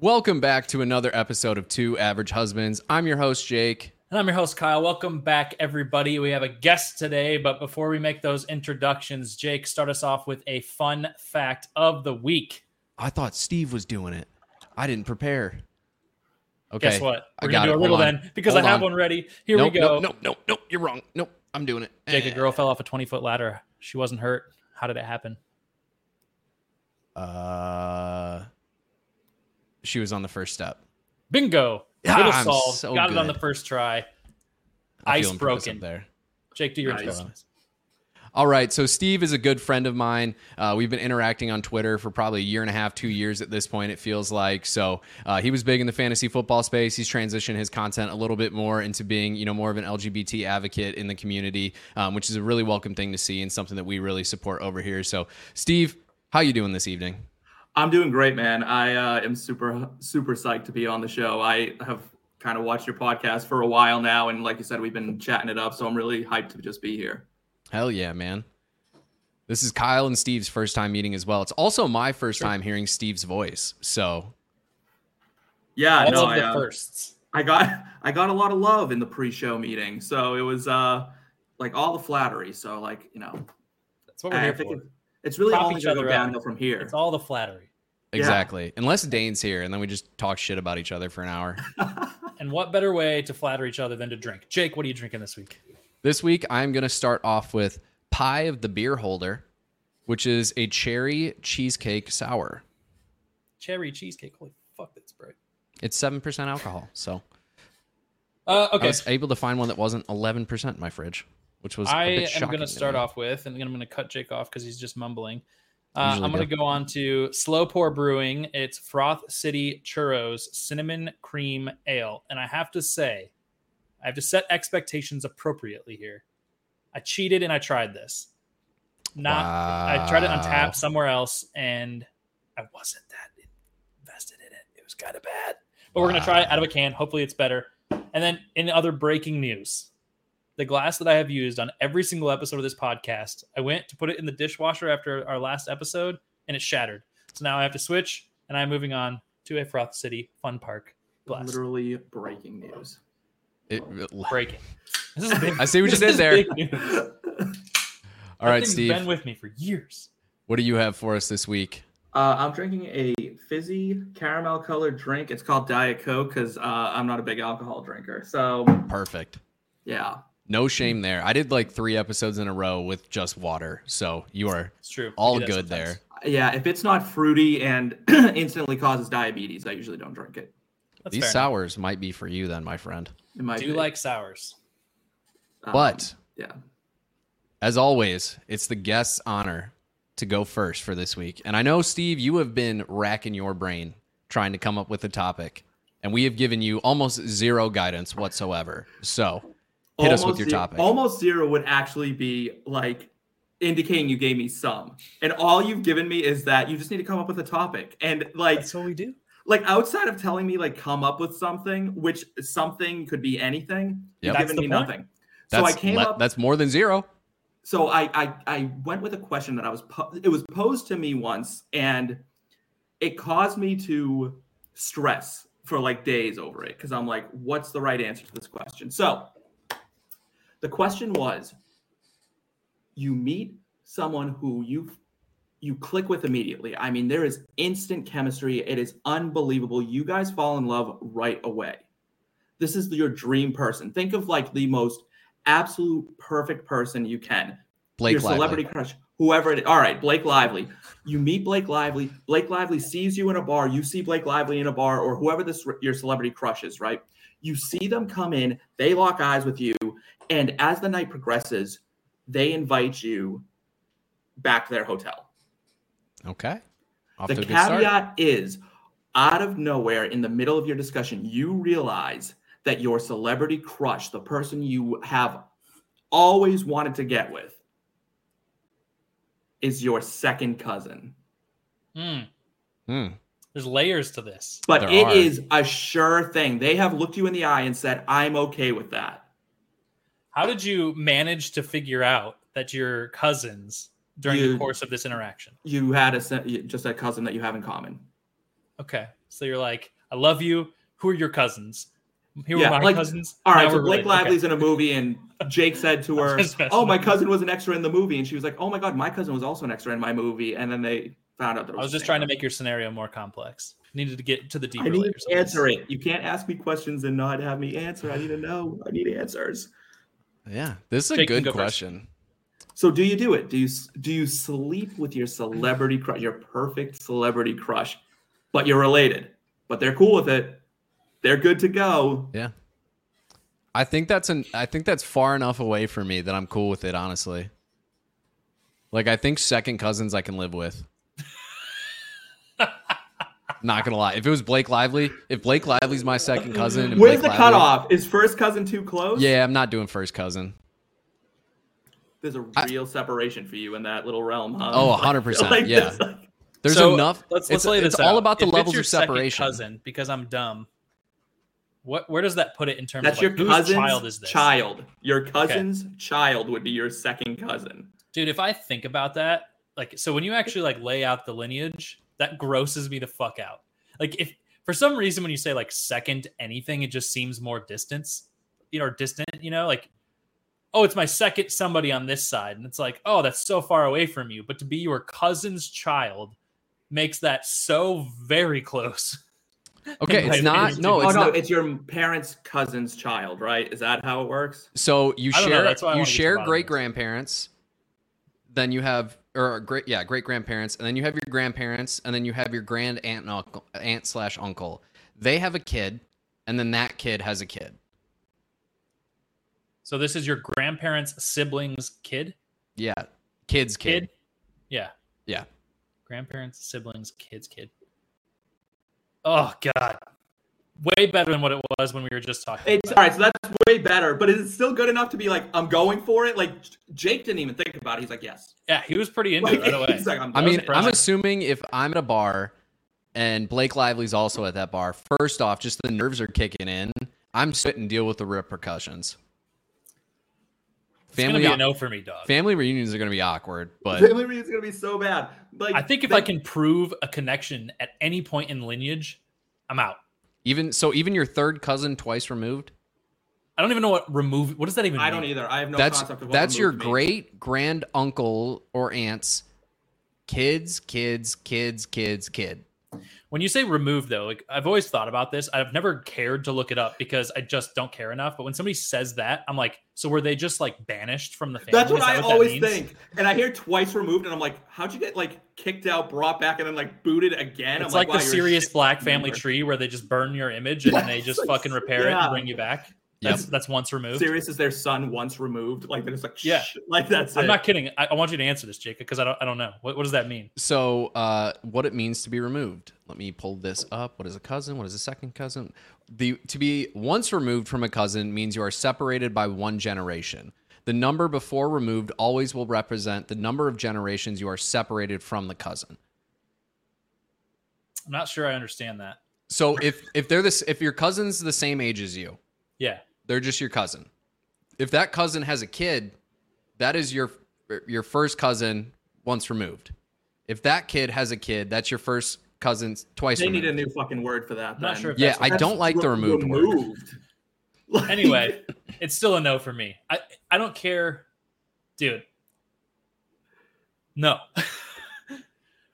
Welcome back to another episode of Two Average Husbands. I'm your host, Jake. And I'm your host, Kyle. Welcome back, everybody. We have a guest today, but before we make those introductions, Jake, start us off with a fun fact of the week. I thought Steve was doing it. I didn't prepare. Okay. Guess what? I We're got gonna do it. a riddle Hold on. then because Hold I have on. one ready. Here nope, we go. Nope, nope, nope, nope. You're wrong. Nope. I'm doing it. Jake, Eh. a girl fell off a 20 foot ladder. She wasn't hurt. How did it happen? Uh, she was on the first step. Bingo. Ah, Riddle I'm solved. so Got it on the good. first try. I Ice feel impressive broken. there. Jake, do your Nice. introductions. All right. So Steve is a good friend of mine. Uh, we've been interacting on Twitter for probably a year and a half, two years at this point, it feels like. So uh, he was big in the fantasy football space. He's transitioned his content a little bit more into being, you know, more of an LGBT advocate in the community, um, which is a really welcome thing to see and something that we really support over here. So Steve, how you doing this evening? I'm doing great, man. I uh, am super, super psyched to be on the show. I have kind of watched your podcast for a while now, and like you said, we've been chatting it up. So I'm really hyped to just be here. Hell yeah, man. This is Kyle and Steve's first time meeting as well. It's also my first time hearing Steve's voice. So Yeah, All no, of I, the uh, firsts. I got, I got a lot of love in the pre-show meeting, so it was uh, like all the flattery. So like, you know, That's what we're I here think for. it- it's really Prop only each going to other go up. downhill from here. It's all the flattery. Yeah. exactly. Unless Dane's here and then we just talk shit about each other for an hour. And what better way to flatter each other than to drink? Jake, what are you drinking this week? This week, I'm going to start off with Pie of the Beer Holder, which is a cherry cheesecake sour. Cherry cheesecake. Holy fuck, that's bright. It's 7% alcohol. So Uh, I okay, was able to find one that wasn't 11% in my fridge, which was I a bit am shocking. going to start me. off with, and then I'm going to cut Jake off because he's just mumbling. Uh, Usually I'm going to go on to Slow Pour Brewing. It's Froth City Churros Cinnamon Cream Ale, and I have to say, I have to set expectations appropriately here. I cheated and I tried this. Not, I tried it on Wow. tap somewhere else, and I wasn't that invested in it. It was kind of bad, but we're going to try it out of a can. Hopefully, it's better. And then, in other breaking news, the glass that I have used on every single episode of this podcast. I went to put it in the dishwasher after our last episode and it shattered. So now I have to switch and I'm moving on to a Froth City Fun Park glass. Literally breaking news. It- Breaking. This is big. I see what you did is there. big news. All That right, thing's Steve, Been with me for years. what do you have for us this week? Uh, I'm drinking a fizzy caramel colored drink. It's called Diet Coke because uh, I'm not a big alcohol drinker. So Perfect. yeah, No shame there. I did like three episodes in a row with just water. So you are It's true. We all do that good sometimes. there. yeah. If it's not fruity and instantly causes diabetes, I usually don't drink it. That's These fair enough. sours might be for you then, my friend. It might Do be. you like sours? Um, But yeah, As always, it's the guest's honor to go first for this week. And I know, Steve, you have been racking your brain trying to come up with a topic, and we have given you almost zero guidance whatsoever. So hit us with your zero, topic. Almost zero would actually be like indicating you gave me some, and all you've given me is that you just need to come up with a topic. And like That's what we do. like outside of telling me like come up with something, which something could be anything, Yep. you've That's given the me point. nothing. that's, so I came le- up. that's more than zero. so I, I I went with a question that I was po- it was posed to me once, and it caused me to stress for like days over it because I'm like, what's the right answer to this question? So the question was, you meet someone who you you click with immediately. I mean, there is instant chemistry. It is unbelievable. You guys fall in love right away. This is your dream person. Think of like the most absolute perfect person you can Blake your Lively. celebrity crush, whoever it is. All right, Blake Lively. You meet Blake Lively. Blake Lively sees you in a bar. You see Blake Lively in a bar, or whoever this your celebrity crush is, right? You see them come in. They lock eyes with you, and as the night progresses, they invite you back to their hotel Okay. Off the to a good start. caveat is out of nowhere in the middle of your discussion you realize that your celebrity crush the person you have always wanted to get with is your second cousin Mm, Hmm. there's layers to this. but There it are. is a sure thing they have looked you in the eye and said i'm okay with that How did you manage to figure out that you're cousins during the You- course of this interaction? you had a se- you- just a cousin that you have in common Okay. So you're like, I love you. Who are your cousins? Here Yeah, were my like, cousins. All right, Now so we're Blake related. Okay. Lively's in a movie, and Jake said to her, Just messing "Oh, my with you. cousin was an extra in the movie," and she was like, "Oh my god, my cousin was also an extra in my movie," and then they found out that it I was the just same trying to guy. make your scenario more complex. Needed to get to the deeper I need layers. to answer it. You can't ask me questions and not have me answer. I need to know. I need answers. Yeah, this is a Jake can good go first. question. So, do you do it? Do you s- do you sleep with your celebrity crush, your perfect celebrity crush, but you're related, but they're cool with it, they're good to go. Yeah. I think that's an I think that's far enough away for me that I'm cool with it, honestly. Like I think second cousins I can live with. Not gonna lie. If it was Blake Lively, if Blake Lively's my second cousin, and Where's Blake the Lively- cutoff? Is first cousin too close? Yeah, I'm not doing first cousin. there's a I- real separation for you in that little realm. Huh? Oh, Like, 100%, like, yeah. it's like- There's So, enough. Let's, it's let's lay this it's all out. about the If it's levels your of second separation. Cousin, because I'm dumb. What? Where does that put it in terms that's of your like, whose cousin's child is this? child. Your cousin's child would be your second cousin. dude if i think about that like so when you actually like lay out the lineage that grosses me the fuck out like if for some reason when you say like second anything it just seems more distance you know or distant you know like oh it's my second somebody on this side and it's like oh that's so far away from you but to be your cousin's child makes that so very close Okay, Right, it's not. it's- No, Oh, it's no, not. it's your parents' cousin's child, right? Is that how it works? So you I don't know, share that's why I you wanna get to the share bottom of great this. grandparents, then you have or great yeah great grandparents, and then you have your grandparents, and then you have your grand aunt and uncle aunt slash uncle. They have a kid, and then that kid has a kid. so this is your grandparents siblings kid Yeah, kid's kid. Kid? Yeah. Yeah. Grandparents, siblings, kids, kid. Oh God. Way better than what it was when we were just talking. It's all about. right, so that's way better. But is it still good enough to be like, I'm going for it? Like J- Jake didn't even think about it. He's like, yes. Yeah, he was pretty into Like, it right away. he's like, I'm I done. mean, impressive. I'm assuming if I'm at a bar and Blake Lively's also at that bar, first off, just the nerves are kicking in. I'm sitting deal with the repercussions. It's gonna Family be a no for me, dog. family reunions are going to be awkward, but family reunion is gonna be so bad. Like, I think if they- I can prove a connection at any point in lineage, I'm out. Even so, even your third cousin twice removed. I don't even know what remove. What does that even? I mean? don't either. I have no that's concept of what that's your removed means. great grand uncle or aunt's kids, kids, kids, kids, kid. When you say remove, though, like I've always thought about this. I've never cared to look it up because I just don't care enough. But when somebody says that, I'm like, so were they just like banished from the family? That's Is what that I that always means? think. And I hear twice removed, and I'm like, how'd you get like kicked out, brought back, and then like booted again? it's I'm like, wow, the you're a serious shit black family member. tree where they just burn your image and then they Yes, just like, fucking repair it yeah. and bring you back. Yep. That's that's once removed. Serious is their son once removed. Like they're just like, Yeah. shh, like that's I'm it. not kidding. I, I want you to answer this, Jacob, because I don't I don't know. What, what does that mean? So, uh, what it means to be removed? Let me pull this up. What is a cousin? What is a second cousin? The to be once removed from a cousin means you are separated by one generation. The number before removed always will represent the number of generations you are separated from the cousin. I'm not sure I understand that. So if if they're this if your cousin's the same age as you, Yeah. They're just your cousin. If that cousin has a kid, that is your your first cousin once removed. If that kid has a kid, that's your first cousin twice They removed. need a new fucking word for that. I'm not then. sure if yeah, that's I what- don't like the re- removed, word. removed. Like- Anyway, it's still a no for me. I I don't care, dude. No.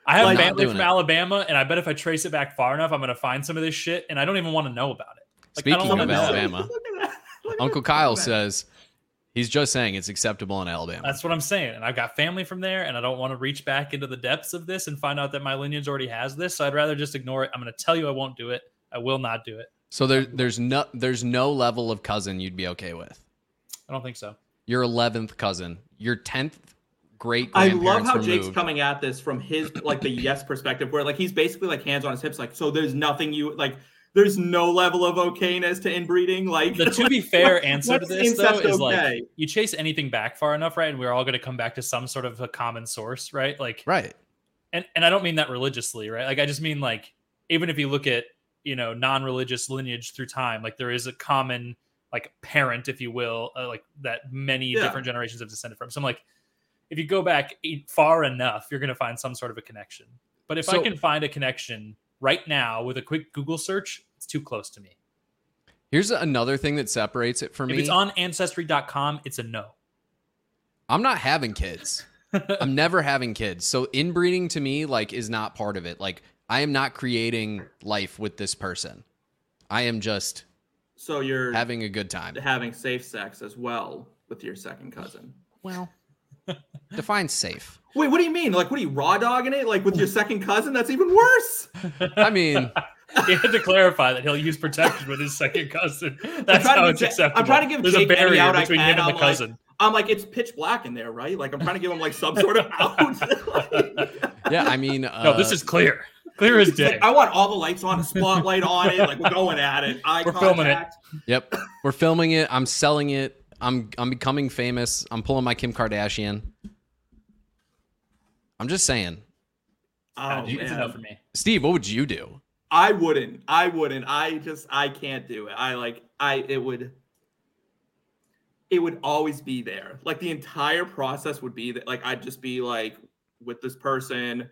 I have Like- Not family doing from it. Alabama, and I bet if I trace it back far enough, I'm gonna find some of this shit, and I don't even want to know about it. Like, I don't Speaking wanna of know. Alabama, Look at that. Look at Uncle that. Kyle Look at that. says he's just saying it's acceptable in Alabama. That's what I'm saying. And I've got family from there, and I don't want to reach back into the depths of this and find out that my lineage already has this. So I'd rather just ignore it. I'm going to tell you I won't do it. I will not do it. so there there's no there's no level of cousin you'd be okay with. I don't think so. Your eleventh cousin, your tenth great I grandparents love how removed. Jake's coming at this from his like the yes perspective, where like he's basically like hands on his hips, like so. There's nothing you like. There's no level of okayness to inbreeding. Like The to be fair answer to what's this, though, incest is like okay? you chase anything back far enough, right? And we're all going to come back to some sort of a common source, right? Like, right. and, and I don't mean that religiously, right? Like, I just mean like, even if you look at, you know, non religious lineage through time, like there is a common, like, parent, if you will, uh, like that many Yeah. different generations have descended from. So I'm like, if you go back e- far enough, you're going to find some sort of a connection. But if I So- can find a connection right now with a quick Google search, it's too close to me. Here's another thing that separates it for If me. it's on ancestry.com, it's a no. I'm not having kids. I'm never having kids. So inbreeding to me like is not part of it. Like I am not creating life with this person. I am just So you're having having, a good time. safe sex as well with your second cousin. Well, define safe. Wait, what do you mean? Like, what are you raw dogging it? Like with your second cousin? That's even worse. I mean, He had to clarify that he'll use protection with his second cousin. That's trying to how gi- it's I'm acceptable. trying to give There's Jake a any barrier out I between him and can. the I'm like- cousin. I'm like, it's pitch black in there, right? Like I'm trying to give him like some sort of out. Like, yeah, I mean, uh, no, this is clear. Clear as it's day. like, oh, I want all the lights on, a spotlight on it. Like we're going at it. Eye We're filming it. contact. Yep. We're filming it. I'm selling it. I'm I'm becoming famous. I'm pulling my Kim Kardashian. I'm just saying. Oh, it's man. enough for me. Steve, what would you do? I wouldn't. I wouldn't. I just I can't do it. I like I it would it would always be there. Like the entire process would be that like I'd just be like with this person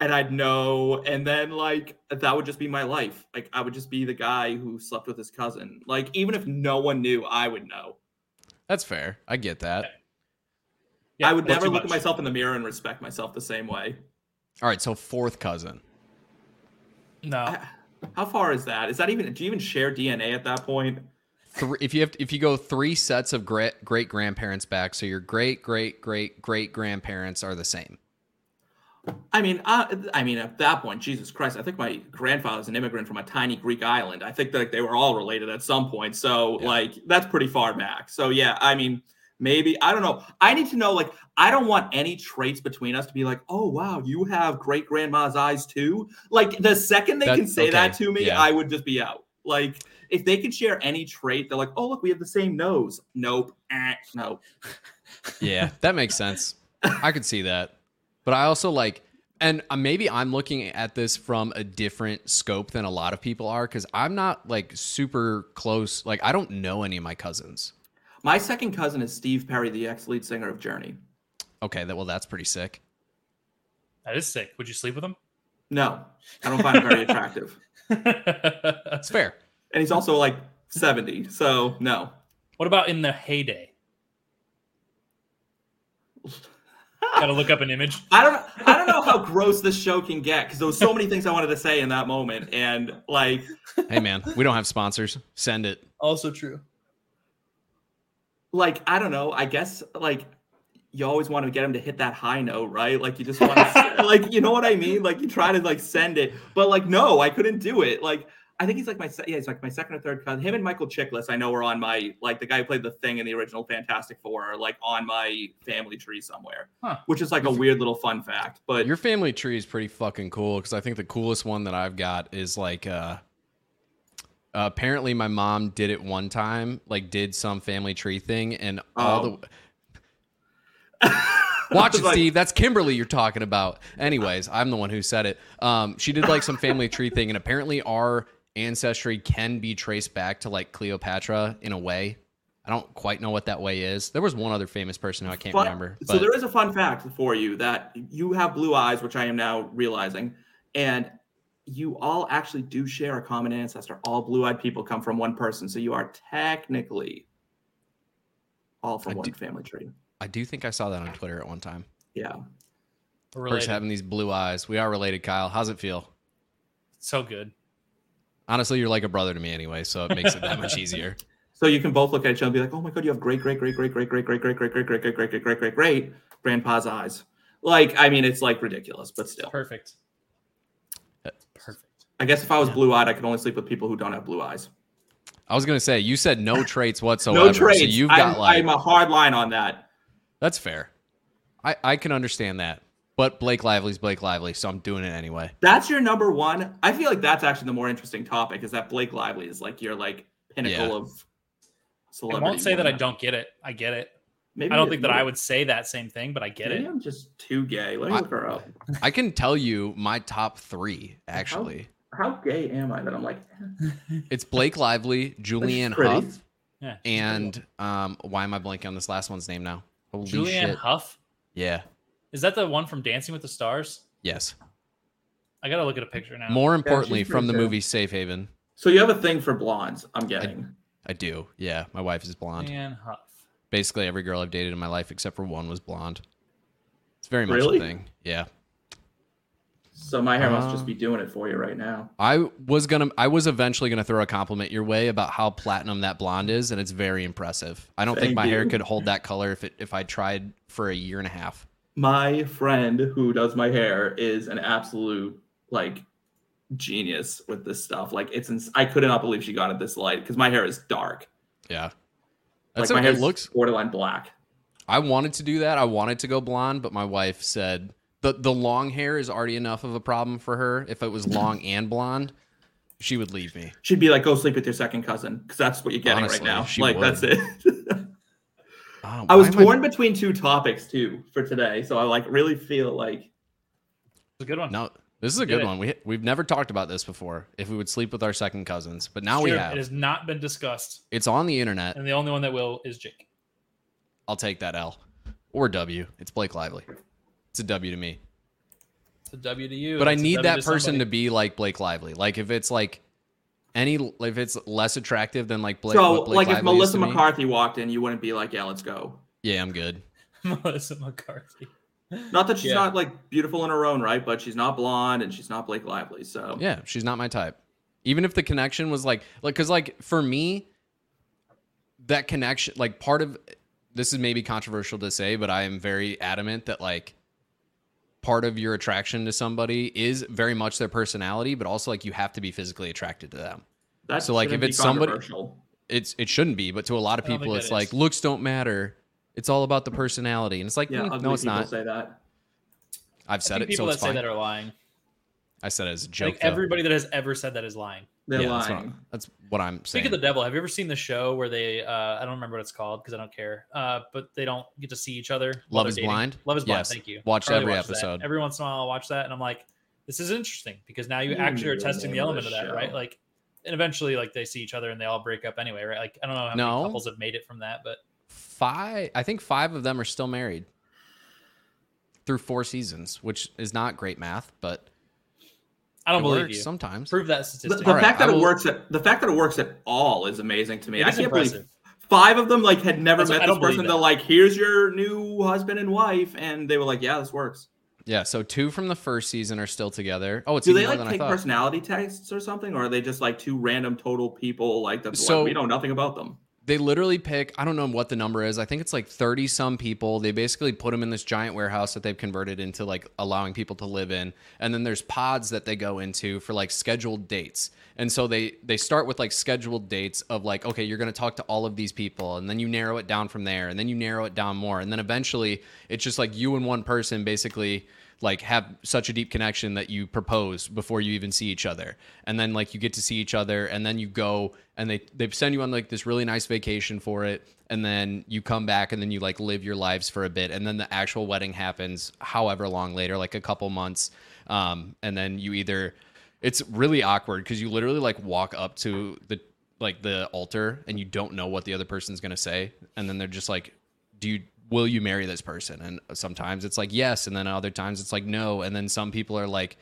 and I'd know and then like that would just be my life. Like I would just be the guy who slept with his cousin. Like even if no one knew, I would know. That's fair. I get that. Yeah, I would that's never too look at much. myself in the mirror and respect myself the same way. All right, so fourth cousin. No. How far is that? Is that even do you even share DNA at that point? Three, if you have if you go three sets of great great grandparents back, so your great great great great grandparents are the same. I mean, I, I mean, at that point, Jesus Christ! I think my grandfather's an immigrant from a tiny Greek island. I think that they were all related at some point. So, Yeah. like, that's pretty far back. So, yeah, I mean, maybe I don't know. I need to know. Like, I don't want any traits between us to be like, oh wow, you have great grandma's eyes too. Like, the second they That- can say that okay, to me, yeah. I would just be out. Like, if they could share any trait, they're like, oh look, we have the same nose. Nope, eh, nope. Yeah, that makes sense. I could see that. But I also like, and uh, maybe I'm looking at this from a different scope than a lot of people are because I'm not like super close. Like, I don't know any of my cousins. My second cousin is Steve Perry, the ex-lead singer of Journey. Okay, that well, that's pretty sick. That is sick. Would you sleep with him? No, I don't find him very attractive. That's fair. and he's also like 70 so no what about in the heyday? Gotta look up an image. i don't i don't know how gross this show can get because there was so many things i wanted to say in that moment and like Hey, man, we don't have sponsors. Send it. Also true. like i don't know i guess like you always want to get him to hit that high note right like you just want to like you know what i mean like you try to like send it but like no i couldn't do it like i think he's like my se- yeah he's like my second or third cousin him and michael chiklis i know were on my like the guy who played the thing in the original fantastic four are, like on my family tree somewhere Huh. which is like a weird little fun fact but Your family tree is pretty fucking cool because I think the coolest one that I've got is like, uh, apparently my mom did it one time, like, did some family tree thing, and all Oh. the Watch I was it, like- Steve. That's Kimberly you're talking about. Anyways, I'm the one who said it. Um, she did like some family tree thing, and apparently our ancestry can be traced back to like Cleopatra in a way. I don't quite know what that way is. There was one other famous person who I can't Fun- remember. But So there is a fun fact for you that you have blue eyes, which I am now realizing, and you all actually do share a common ancestor. All blue-eyed people come from one person, so you are technically all from I one do- family tree. I do think I saw that on Twitter at one time. Yeah, First We're related. having these blue eyes. We are related, Kyle. How's it feel? So good. Honestly, you're like a brother to me anyway, so it makes it that much easier. so you can both look at each other and be like, "Oh my god, you have great, great, great, great, great, great, great, great, great, great, great, great, great, great, great, great, great grandpa's eyes." Like, I mean, it's like ridiculous, but still, Perfect. Perfect. I guess if I was blue-eyed, I could only sleep with people who don't have blue eyes. I was gonna say you said no traits whatsoever. No traits. So you've got I'm, like I'm a hard line on that. That's fair. I, I can understand that. But Blake Lively's Blake Lively, so I'm doing it anyway. That's your number one. I feel like that's actually the more interesting topic is that Blake Lively is like your like pinnacle Yeah. of I celebrity. won't say that I woman. don't get it. I get it. Maybe I don't it- think that I maybe- would say that same thing, but I get Maybe it. I'm just too gay. Let me I- look her up. I can tell you my top three, actually. How gay am I that I'm like? eh, It's Blake Lively, Julianne pretty. Huff, Yeah, she's and um, why am I blanking on this last one's name now? Holy Julianne shit. Huff. Yeah. Is that the one from Dancing with the Stars? Yes. I gotta look at a picture now. More importantly, she's from the pretty too. movie Safe Haven. So you have a thing for blondes, I'm getting. I do. Yeah, my wife is blonde. Dan Huff. Basically, every girl I've dated in my life except for one was blonde. It's very much Really? a thing. Yeah. so my hair must just Um, be doing it for you right now. I was gonna. I was eventually gonna throw a compliment your way about how platinum that blonde is, and it's very impressive. I don't think Thank my hair you. could hold that color if it, if I tried for a year and a half. My friend who does my hair is an absolute like genius with this stuff. Like it's ins- I could not believe she got it this light because my hair is dark. Yeah, that's like my okay. hair It looks. borderline black. I wanted to do that. I wanted to go blonde, but my wife said the the long hair is already enough of a problem for her. If it was long and blonde, she would leave me. She'd be like, "Go sleep with your second cousin," because that's what you're getting Honestly, right now. she Like would. that's it. Oh, I was why am torn between two topics too for today, so I like really feel like It's a good one. No, this is a Did good it. one. We we've never talked about this before. If we would sleep with our second cousins, but now It's we true. have. It has not been discussed, It's on the internet. and the only one that will is Jake. I'll take that L or W. It's Blake Lively. It's a W to me. It's a W to you. But I it's a need W that person to somebody. be like Blake Lively. Like if it's like any if it's less attractive than like Blake. so what Blake like if Lively is Melissa to me, McCarthy walked in, you wouldn't be like, "Yeah, let's go." Yeah, I'm good. Melissa McCarthy. Not that she's Yeah. not like beautiful in her own right, but she's not blonde and she's not Blake Lively. So Yeah, she's not my type. Even if the connection was like like cuz like for me that connection like part of this is maybe controversial to say, but I am very adamant that like part of your attraction to somebody is very much their personality, but also like you have to be physically attracted to them. that's So, like, if it's somebody- it's it shouldn't be, but to a lot of I don't people, think it's that like is. looks don't matter. It's all about the personality, and it's like yeah, mm, ugly no, it's people not. say that. I've I said think it, so people that it's say fine. that are lying. I said it as a I joke. think though. everybody that has ever said that is lying. They're Yeah, that's what lying. I'm- That's what I'm Speak saying. of the devil. Have you ever seen the show where they? Uh, I don't remember what it's called because I don't care. Uh, but they don't get to see each other. while Love they're is dating. Blind? Love is blind. Yes. Thank you. Watched Charlie every watches that. episode. Every once in a while, I watch that, and I'm like, this is interesting because now you I don't actually are remember the testing the name of element the of that, right? show. Like, and eventually, like they see each other and they all break up anyway, right? Like, I don't know how No. many couples have made it from that, but five, I think five of them are still married through four seasons, which is not great math, but I don't it believe works you. sometimes. Prove that The, statistic. the All right, fact that I will- it works at the fact that it works at all is amazing to me. It I is can't impressive. believe five of them like had never That's- I met don't this believe person. that. They're like, "Here's your new husband and wife," and they were like, "Yeah, this works." yeah, so two from the first season are still together. Oh, it's Do even they more like than I take thought. personality tests or something, or are they just like two random total people like that? So- like, we know nothing about them. they literally pick i don't know what the number is i think it's like 30 some people they basically put them in this giant warehouse that they've converted into like allowing people to live in and then there's pods that they go into for like scheduled dates and so they they start with like scheduled dates of like okay you're going to talk to all of these people and then you narrow it down from there and then you narrow it down more and then eventually it's just like you and one person basically like have such a deep connection that you propose before you even see each other and then like you get to see each other and then you go and they they send you on like this really nice vacation for it and then you come back and then you like live your lives for a bit and then the actual wedding happens however long later like a couple months um and then you either it's really awkward because you literally like walk up to the like the altar and you don't know what the other person's going to say and then they're just like do you will you marry this person and sometimes it's like yes and then other times it's like no and then some people are like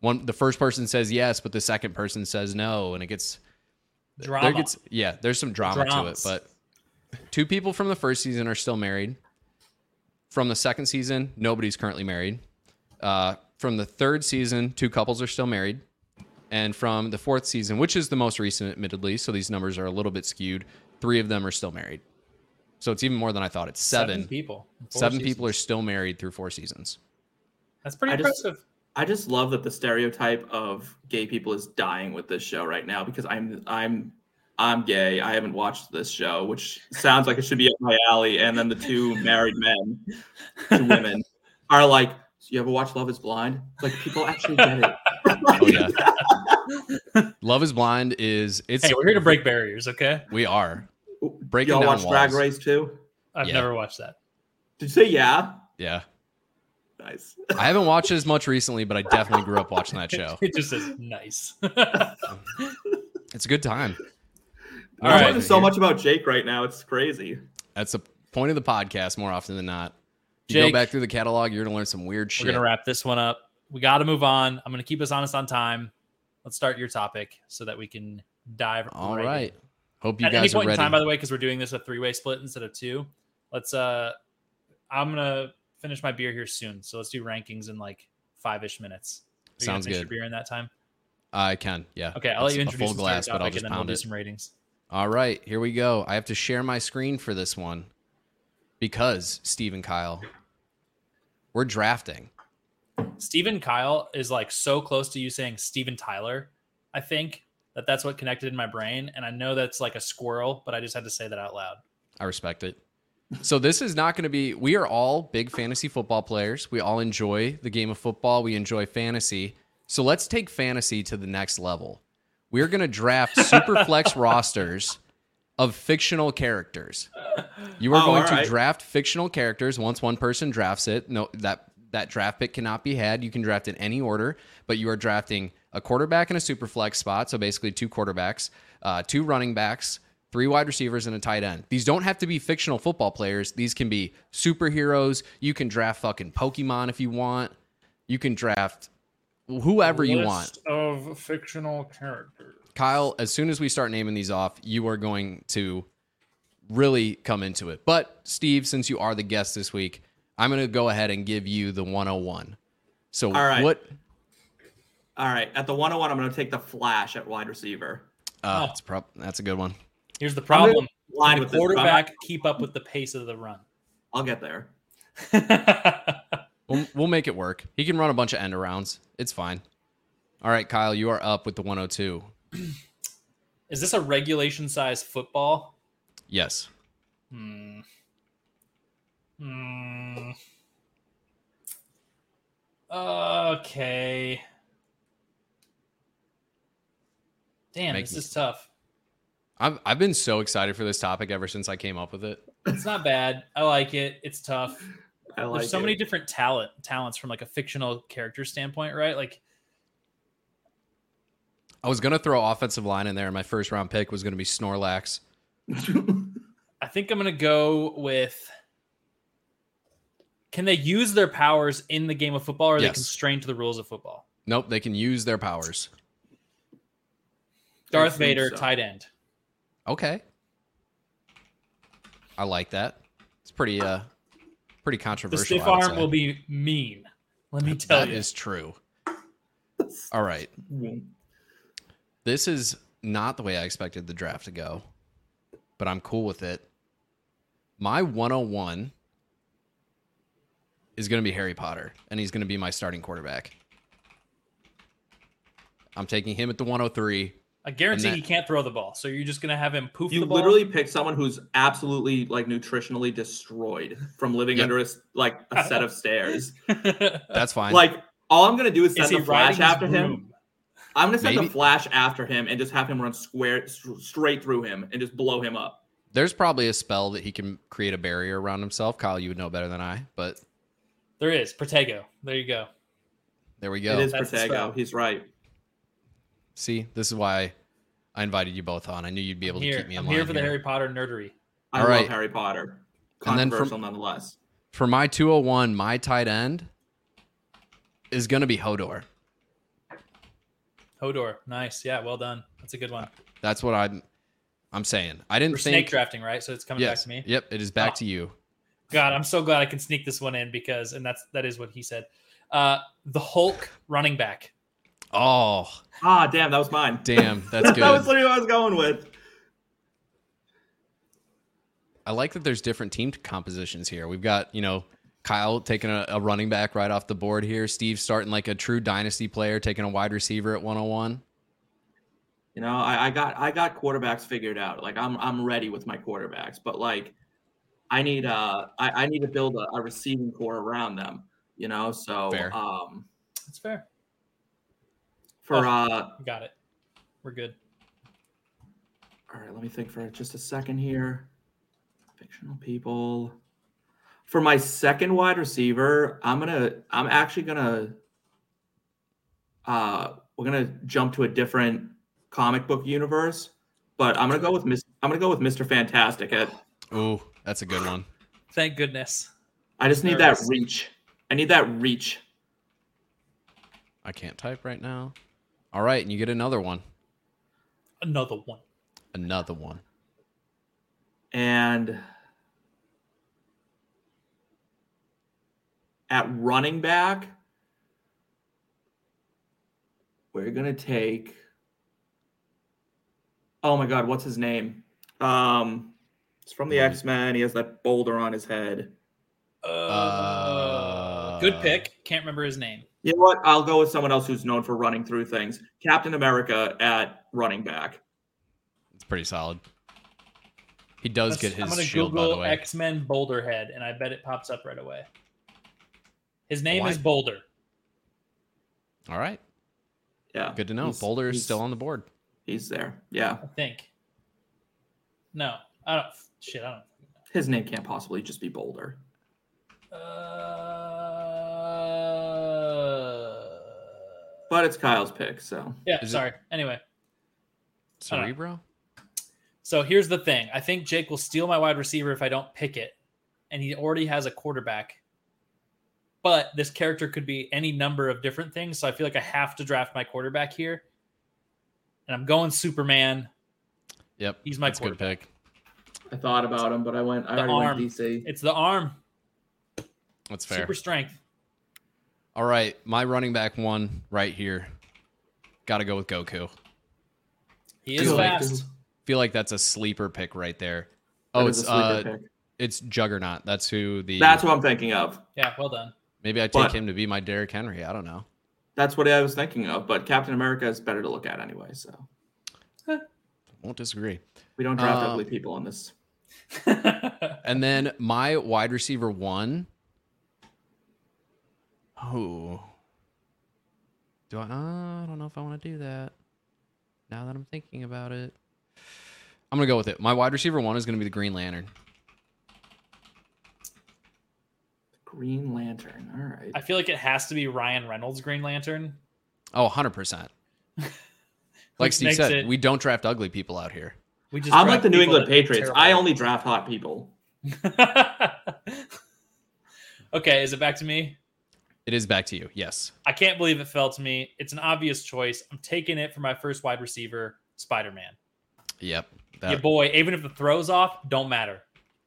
one the first person says yes but the second person says no and it gets there Drama. gets yeah there's some drama Dramas. to it but two people from the first season are still married from the second season nobody's currently married uh, from the third season two couples are still married and from the fourth season which is the most recent admittedly so these numbers are a little bit skewed three of them are still married so it's even more than i thought it's seven seven, people. in four people are seasons. still married through four seasons That's pretty I just- impressive. I just love that the stereotype of gay people is dying with this show right now because I'm I'm I'm gay. I haven't watched this show, which sounds like it should be up my alley. And then the two married men to women are like, so "You ever watch Love Is Blind?" Like people actually get it. oh yeah love is blind is it's Hey, we're here to break barriers, okay? we are Breaking Y'all down watch Drag walls. Race too? I've Yeah. never watched that. Did you say yeah? yeah Nice. I haven't watched it as much recently, but I definitely grew up watching that show. It just is nice. It's a good time. All I'm right. learning so much about Jake right now. It's crazy. That's the point of the podcast more often than not. You Jake. go back through the catalog, you're going to learn some weird We're shit. gonna wrap this one up. we got to move on. I'm going to keep us honest on time. Let's start your topic so that we can dive. All in. right. Hope you At any guys are point in ready. time, by the way, because we're doing this a three way split instead of two. Let's. uh I'm gonna finish my beer here soon, so let's do rankings in like five ish minutes. Are you gonna Sounds finish good. Your beer in that time. I can. Yeah. Okay, I'll It's let you a introduce full the start glass, but I'll topic, just and then we'll pound do it. some ratings. All right, here we go. I have to share my screen for this one because Steve and Kyle, we're drafting. Steven Kyle is like so close to you saying Steven Tyler. I think that that's what connected in my brain. And I know that's like a squirrel, but I just had to say that out loud. I respect it. So this is not going to be. We are all big fantasy football players. We all enjoy the game of football. We enjoy fantasy. So let's take fantasy to the next level. We're going to draft super flex rosters of fictional characters. You are Oh, going all to right. draft fictional characters. Once one person drafts it, no that that draft pick cannot be had. You can draft in any order, but you are drafting a quarterback and a super flex spot. So basically, two quarterbacks, uh, two running backs, three wide receivers, and a tight end. These don't have to be fictional football players. These can be superheroes. You can draft fucking Pokemon if you want. You can draft whoever you want. Of fictional characters. Kyle, as soon as we start naming these off, you are going to really come into it. But Steve, since you are the guest this week, I'm going to go ahead and give you the 101. So All right. what? All right, at the 101, I'm going to take the flash at wide receiver. Uh, Oh. that's, prob- that's a good one. Here's the I'm problem. gonna line The with this, but I'm not- quarterback keep up with the pace of the run. I'll get there. We'll, we'll make it work. He can run a bunch of end arounds. It's fine. All right, Kyle, you are up with the 102. is this a regulation size football? Yes. Hmm. Hmm. Okay. Damn, Make this me- is tough. I've, I've been so excited for this topic ever since I came up with it. It's not bad. I like it. It's tough. I like There's so it. many different talent talents from like a fictional character standpoint, right? Like I was going to throw offensive line in there, and my first round pick was going to be Snorlax. I think I'm gonna go with. Can they use their powers in the game of football, or are Yes. they constrained to the rules of football? Nope, they can use their powers. Darth think Vader, so. tight end. Okay. I like that. It's pretty uh pretty The controversial. stiff arm will be mean. Let me tell That you. is true. All right. This is not the way I expected the draft to go, but I'm cool with it. My 101 is going to be Harry Potter, and he's going to be my starting quarterback. I'm taking him at the 103. I guarantee and that- he can't throw the ball, so you're just gonna have him poof You the ball. literally pick someone who's absolutely like nutritionally destroyed from living Yeah. under a, s- like a set of stairs. That's fine. Like all I'm gonna do is is send he the riding flash his after him. broom? I'm gonna send the Maybe- flash after him and just have him run square s- straight through him and just blow him up. There's probably a spell that he can create a barrier around himself. Kyle, you would know better than I, but There is Protego. There you go. there we go. it is That's the spell. Protego. He's right. See, this is why I invited you both on. I knew you'd be able to Here, keep me in I'm line. here for the here. Harry Potter nerdery. I All love right. Harry Potter. And then from- Controversial nonetheless. For my 201, my tight end is going to be Hodor. Hodor, nice. Yeah, well done. That's a good one. That's what I'm I'm saying. I didn't We're think snake drafting, right? So it's coming yes. back to me. Yep, it is back Ah. to you. God, I'm so glad I can sneak this one in because, and that's that is what he said. Uh, the Hulk running back. Oh, Ah, damn, that was mine. damn, that's good. that was literally what I was going with. I like that there's different team compositions here. We've got, you know, Kyle taking a, a running back right off the board here. Steve starting like a true dynasty player, taking a wide receiver at 101. You know, I, I got I got quarterbacks figured out. Like I'm I'm ready with my quarterbacks, but like I need uh I, I need to build a, a receiving core around them, you know. So Fair. um That's fair. for uh all Got it. We're good. right, let me think for just a second here. Fictional people. For my second wide receiver, I'm gonna I'm actually gonna uh we're gonna jump to a different comic book universe, but I'm gonna go with Miss I'm gonna go with Mr. Fantastic at Ooh, that's a good one. Thank goodness. I just need There it that reach. I need that reach. I can't type right now. All right, and you get another one. Another one. Another one. And at running back, we're gonna take. Oh my God, what's his name? Um, it's from the Mhm. X Men. He has that boulder on his head. Uh, Uh, good pick. Can't remember his name. You know what? I'll go with someone else who's known for running through things. Captain America at running back. It's pretty solid. He does Let's- get I'm his gonna shield, by the Google way. X Men Boulderhead, and I bet it pops up right away. His name Why? is Boulder. All right, Yeah. good to know. He's- Boulder is he's- still on the board. He's there. Yeah. I think. No, I don't. Shit, I His name can't possibly just be Boulder. don't. Uh, But it's Kyle's pick, so yeah, Is it- sorry. Anyway, I don't know. Cerebro. so here's the thing. I think Jake will steal my wide receiver if I don't pick it, and he already has a quarterback. But this character could be any number of different things, so I feel like I have to draft my quarterback here. And I'm going Superman. Yep, He's my that's a good pick. I thought about him, but I went. I The already arm. went DC. It's the arm, That's fair. super strength. All right, my running back one right here. Got to go with Goku. He is Dude, like- fast. Feel like that's a sleeper pick right there. Oh, That is it's a sleeper uh, pick. it's Juggernaut. That's who the. that's what I'm thinking of. Yeah, well done. maybe I take but- him to be my Derrick Henry. I don't know. That's what I was thinking of. But Captain America is better to look at anyway. So Won't disagree. we don't draft Um, ugly people on this. And then my wide receiver one. Oh. Do I? Uh, I don't know if I want to do that. Now that I'm thinking about it, I'm gonna go with it. My wide receiver one is gonna be the Green Lantern. Green Lantern. All right. I feel like it has to be Ryan Reynolds Green Lantern. Oh, 100 percent. Like Which Steve makes said, it- we don't draft ugly people out here. We just I'm draft like the New people England that are Patriots. terrible. I only draft hot people. okay, is it back to me? It is back to you. Yes. I can't believe it fell to me. It's an obvious choice. I'm taking it for my first wide receiver, Spider Man. Yep. Yeah, That, boy. Even if the throw's off, don't matter.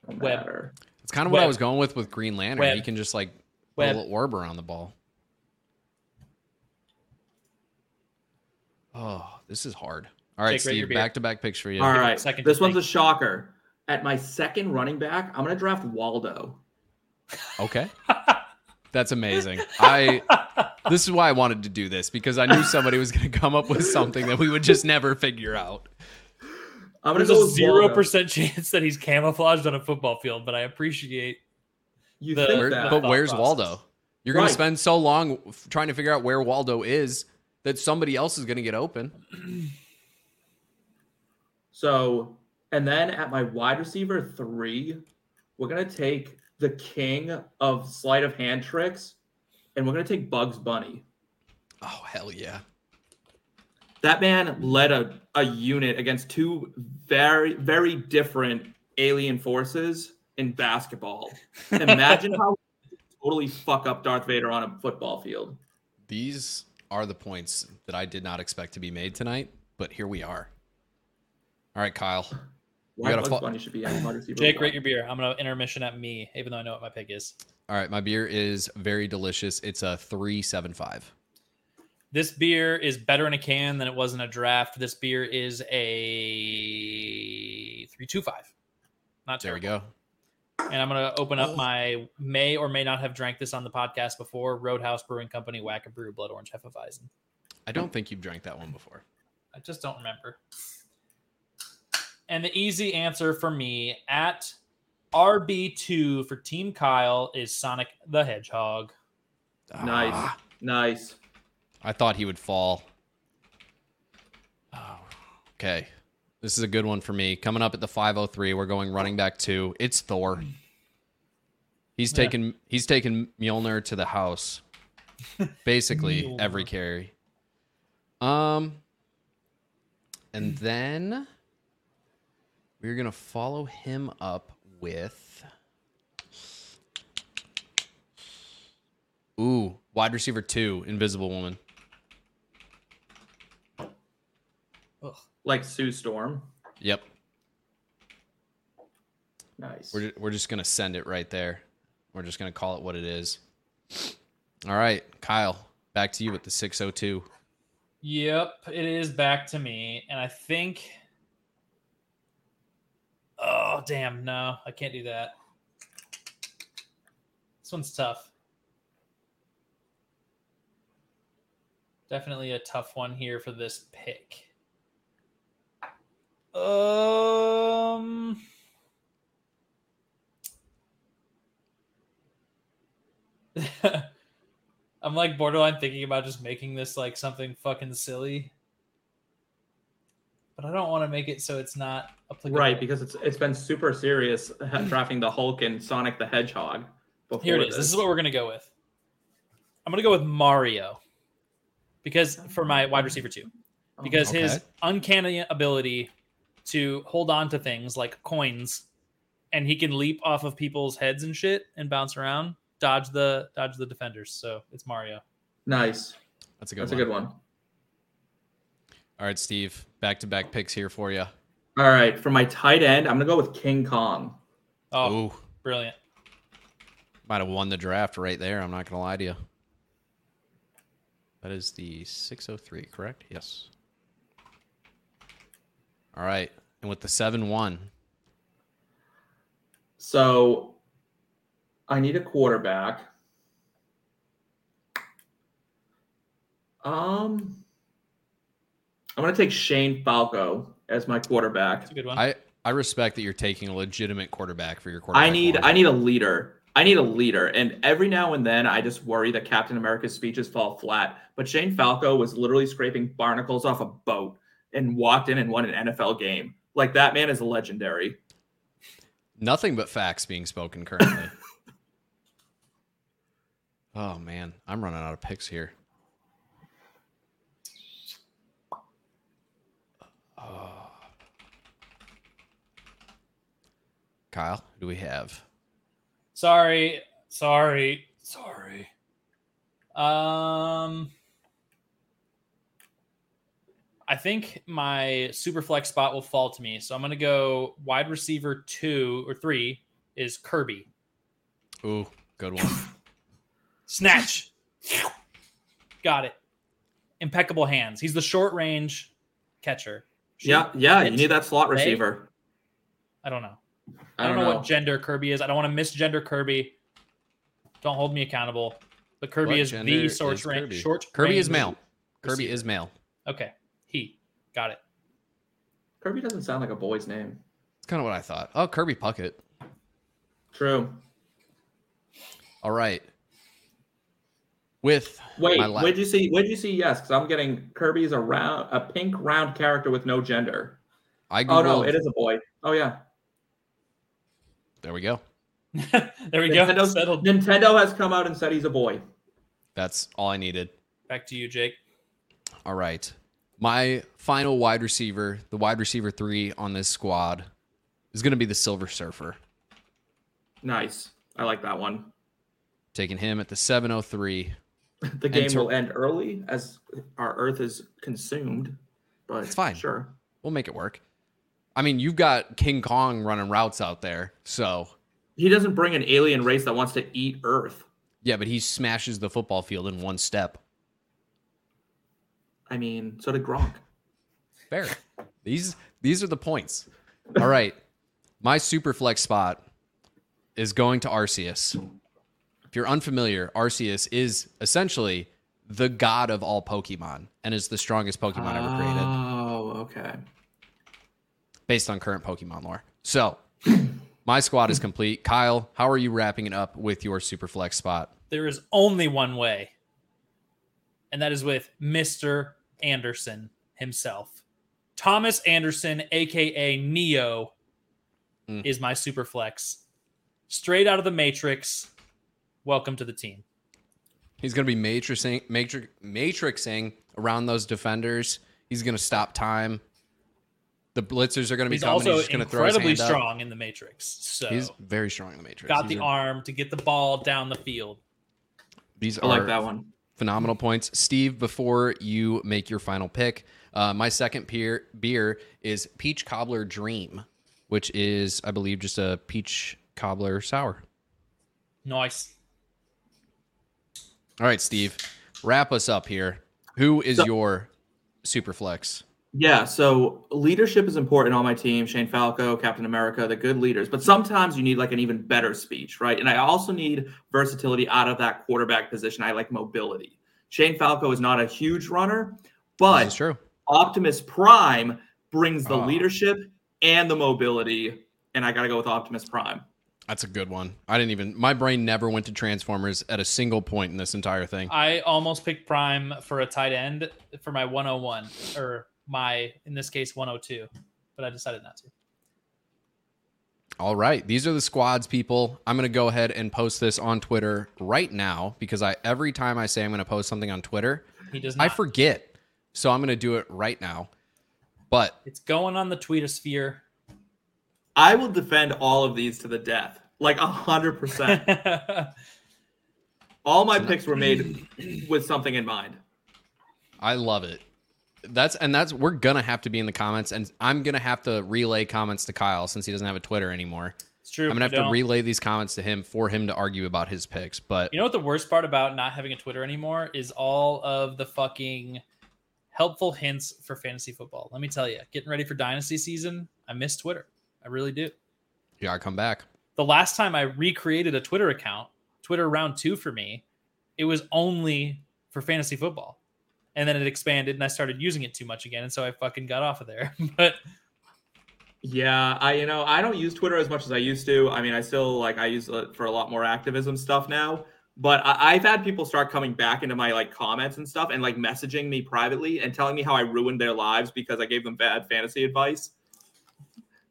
No Web. matter. it's kind of what I Webb. was going with with Green Lantern. Webb. He can just like put a Webb. little orb around the ball. Oh, this is hard. All right, Jake, rate your Steve, beer. back to back picks for you. All it a right. second to This one's a think. shocker. At my second running back, I'm gonna draft Waldo. Okay. That's amazing. I this is why I wanted to do this because I knew somebody was gonna come up with something that we would just never figure out. I'm gonna There's go a with zero Waldo. percent chance that he's camouflaged on a football field, but I appreciate You the- think Where- that? but thought where's process. Waldo? You're going Right. to spend so long f- trying to figure out where Waldo is that somebody else is going to get open. So, and then at my wide receiver three, we're gonna take the king of sleight of hand tricks, and we're gonna take Bugs Bunny. Oh hell yeah! That man led a, a unit against two very very different alien forces in basketball. Imagine how totally fuck up Darth Vader on a football field. These are the points that I did not expect to be made tonight, but here we are. All right, Kyle. Why gotta Bugs fo- Bunny should be at wide receiver. Jake one. rate your beer. I'm gonna intermission at me, even though I know what my pick is. All right, my beer is very delicious. It's a three seven five. This beer is better in a can than it was in a draft. This beer is a three two five. Not There we terrible. go. And I'm gonna open Oh. up my may or may not have drank this on the podcast before. Roadhouse Brewing Company, Whack Brew, Blood Orange Hefeweizen. I don't think you've drank that one before. I just don't remember. And the easy answer for me at RB2 for Team Kyle is Sonic the Hedgehog. Nice. Ah, nice. I thought he would fall. Oh, okay. This is a good one for me. Coming up at the 503, we're going running back two. It's Thor. He's Yeah. taken he's taken Mjolnir to the house. Basically every Mjolnir. carry. Um and then we're going to follow him up with Ooh, wide receiver 2, Invisible Woman. Ugh. like Sue Storm. Yep. Nice. We're, ju- we're just going to send it right there. We're just going to call it what it is. All right, Kyle, back to you with the 602. Yep, it is back to me, and I think. Oh damn! No, I can't do that. This one's tough. Definitely a tough one here for this pick. Um. I'm like borderline thinking about just making this like something fucking silly. But I don't want to make it so it's not applicable. right, because it's it's been super serious drafting the Hulk and Sonic the Hedgehog. Before Hmm. Here it is. This is what we're gonna go with. I'm gonna go with Mario, because for my wide receiver two, Oh. Oh, because his Okay. uncanny ability to hold on to things like coins, and he can leap off of people's heads and shit and bounce around, dodge the dodge the defenders. So it's Mario. nice. That's a good That's one. a good one. All right, Steve, back to back picks here for you. All right, for my tight end, I'm gonna go with King Kong. Oh, Ooh, brilliant. might have won the draft right there. I'm not going to lie to you. That is the 603, correct? Yes. All right. And with the 7 1, So I need a quarterback. Um, I'm gonna take Shane Falco as my quarterback. That's a good one. I, I respect that you're taking a legitimate quarterback for your quarterback. I need one. I need a leader. I need a leader. And every now and then I just worry that Captain America's speeches fall flat. But Shane Falco was literally scraping barnacles off a boat and walked in and won an NFL game. Like that man is legendary. Nothing but facts being spoken currently. oh man, I'm running out of picks here. Oh. Kyle, who do we have? Sorry, sorry, sorry. Um, I think my super flex spot will fall to me, so I'm gonna go wide receiver two or three is Kirby. Ooh, good one. Snatch. Got it. Impeccable hands. He's the short range catcher. Shoot. Yeah, yeah. You It's- need that slot Right? receiver. I don't know. I don't, know, what gender Kirby is. I don't want to misgender Kirby. Don't hold me accountable. But Kirby What is gender the short is range. Kirby? Short Kirby range is male. Kirby receiver. is male. Okay. He got it. Kirby doesn't sound like a boy's name. That's kind of what I thought. Oh, Kirby Puckett. True. All right. With Wait, My la- where'd you see? Where'd you see? Yes, because I'm getting Kirby is a round, a pink round character with no gender. I Googled, Oh no, it is a boy. Oh yeah. there we go. there we go. Nintendo's- Settled. Nintendo has come out and said he's a boy. That's all I needed. Back to you, Jake. All right. My final wide receiver, the wide receiver three on this squad, is going to be the Silver Surfer. Nice. I like that one. Taking him at the 703. The game Enter- will end early as our Earth is consumed. But It's fine. Sure. We'll make it work. I mean, you've got King Kong running routes out there. So, He doesn't bring an alien race that wants to eat Earth. yeah, but he smashes the football field in one step. I mean, so did Gronk. Fair. These these are the points. All right. My super flex spot is going to Arceus. If you're unfamiliar, Arceus is essentially the god of all Pokemon and is the strongest Pokemon ever created Oh, okay. based on current Pokemon lore. So, my squad is complete. Kyle, how are you wrapping it up with your super flex spot? There is only one way, and that is with Mr. Anderson himself. Thomas Anderson, aka Neo, Mm. is my super flex. Straight out of the Matrix. Welcome to the team. He's going to be matrixing, matrix, matrixing around those defenders. He's going to stop time. The blitzers are going to be He's coming. also He's just going to throw his incredibly hand up. strong in the Matrix. So He's very strong in the matrix. got These the are- arm to get the ball down the field. These I are like that one. Phenomenal points. Steve, before you make your final pick, uh, my second peer, beer is Peach Cobbler Dream, which is, I believe, just a peach cobbler sour. Nice. All right, Steve, wrap us up here. Who is So- your super flex? Yeah, so leadership is important on my team. Shane Falco, Captain America, the good leaders. But sometimes you need like an even better speech, right? And I also need versatility out of that quarterback position. I like mobility. Shane Falco is not a huge runner, This but is true. Optimus Prime brings the Ah. leadership and the mobility. And I got to go with Optimus Prime. That's a good one. I didn't even, my brain never went to Transformers at a single point in this entire thing. I almost picked Prime for a tight end for my 101 or my in this case 102, but I decided not to. All right. These are the squads, people. I'm going to go ahead and post this on Twitter right now because I every time I say I'm going to post something on Twitter, He does I not. forget. So I'm going to do it right now. But it's going on the tweetosphere. I will defend all of these to the death, like 100%. all my picks were made with something in mind. I love it. That's and that's we're going to have to be in the comments and I'm going to have to relay comments to Kyle since he doesn't have a Twitter anymore. it's true. I'm going to we have to don't. relay these comments to him for him to argue about his picks. But You know what the worst part about not having a Twitter anymore is all of the fucking helpful hints for fantasy football. Let me tell you, getting ready for dynasty season, I miss Twitter. I really do. you got to come back. The last time I recreated a Twitter account, Twitter round 2 for me, it was only for fantasy football. And then it expanded and I started using it too much again and so I fucking got off of there. but Yeah, I you know I don't use Twitter as much as I used to. I mean, I still like I use it for a lot more activism stuff now. But I, I've had people start coming back into my like comments and stuff, and like messaging me privately and telling me how I ruined their lives because I gave them bad fantasy advice.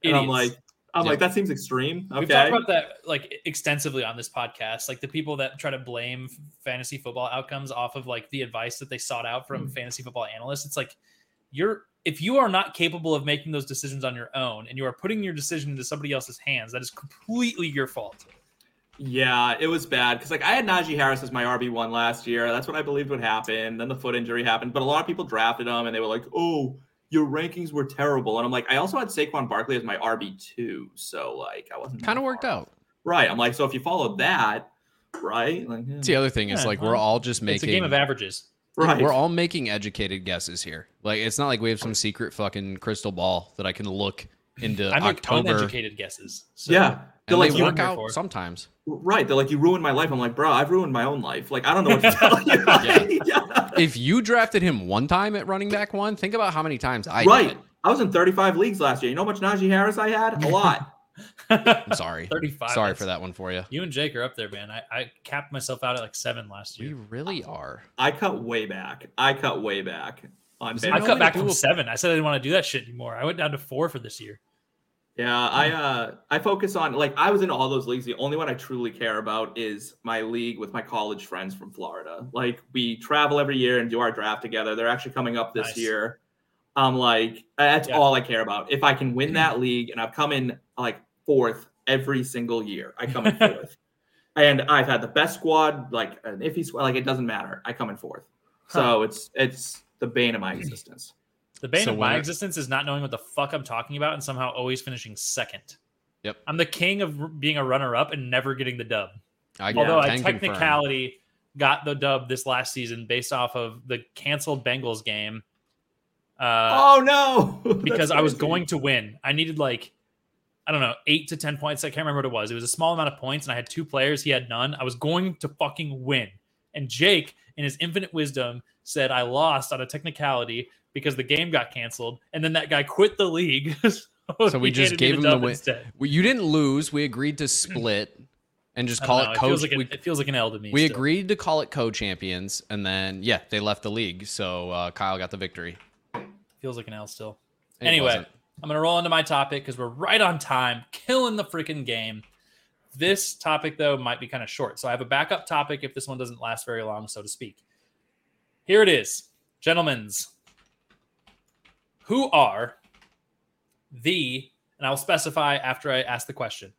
And I'm idiots. like, I'm Yeah. like, that seems extreme. We've Okay, talked about that like extensively on this podcast. Like the people that try to blame f- fantasy football outcomes off of like the advice that they sought out Mm. from fantasy football analysts. It's like you're if you are not capable of making those decisions on your own and you are putting your decision into somebody else's hands, that is completely your fault. yeah, it was bad because like I had Najee Harris as my RB one last year. That's what I believed would happen. Then the foot injury happened, but a lot of people drafted him, and they were like, oh. Your rankings were terrible, and I'm like, I also had Saquon Barkley as my RB two, so like, I wasn't that Kind of worked far out. Right. I'm like, so if you follow that, right? Like, yeah. That's the other thing is Yeah, like well, we're all just making It's a game of averages. right. We're all making educated guesses here. Like it's not like we have some secret fucking crystal ball that I can look into I make October and uneducated guesses. So yeah. They're like, they you, were- work here out for. sometimes. right. They're like, you ruined my life. I'm like, bro, I've ruined my own life. Like, I don't know what to tell you. Like, yeah. If you drafted him one time at running back one, think about how many times I did Right. it. I was in 35 leagues last year. You know how much Najee Harris I had? A lot. I'm sorry. 35. sorry that's- for that one for you. You and Jake are up there, man. I, I capped myself out at like seven last We year. really are. I cut way back. I cut way back on Is it I no way cut to back do from a- seven. I said I didn't want to do that shit anymore. I went down to four for this year. Yeah, I uh I focus on like I was in all those leagues. The only one I truly care about is my league with my college friends from Florida. Like we travel every year and do our draft together. They're actually coming up this Nice. year. I'm like that's Yeah. all I care about. If I can win that league and I've come in like fourth every single year. I come in fourth. And I've had the best squad, like an iffy squad, like it doesn't matter. I come in fourth. So it's it's the bane of my existence. The bane So of my when- existence is not knowing what the fuck I'm talking about and somehow always finishing second. Yep. I'm the king of r- being a runner up and never getting the dub. I Yeah, Although I can confirm. technicality got the dub this last season based off of the canceled Bengals game. Uh, oh no. That's because I was crazy. going to win. I needed like I don't know, eight to ten points. I can't remember what it was. It was a small amount of points, and I had two players. He had none. I was going to fucking win. And Jake, in his infinite wisdom, said I lost on a technicality because the game got canceled, and then that guy quit the league. so, So we he just handed me gave him the dub win. Instead. Well, you didn't lose. We agreed to split and just I call it don't know. It feels coach. like an- we it feels like an L to me. we still. agreed to call it co-champions, and then yeah, they left the league. So uh, Kyle got the victory. Feels like an L still. It Anyway. wasn't. I'm going to roll into my topic because we're right on time, killing the freaking game. This topic, though, might be kind of short. So I have a backup topic if this one doesn't last very long, so to speak. Here it is, gentlemen's. Who are the, and I'll specify after I ask the question,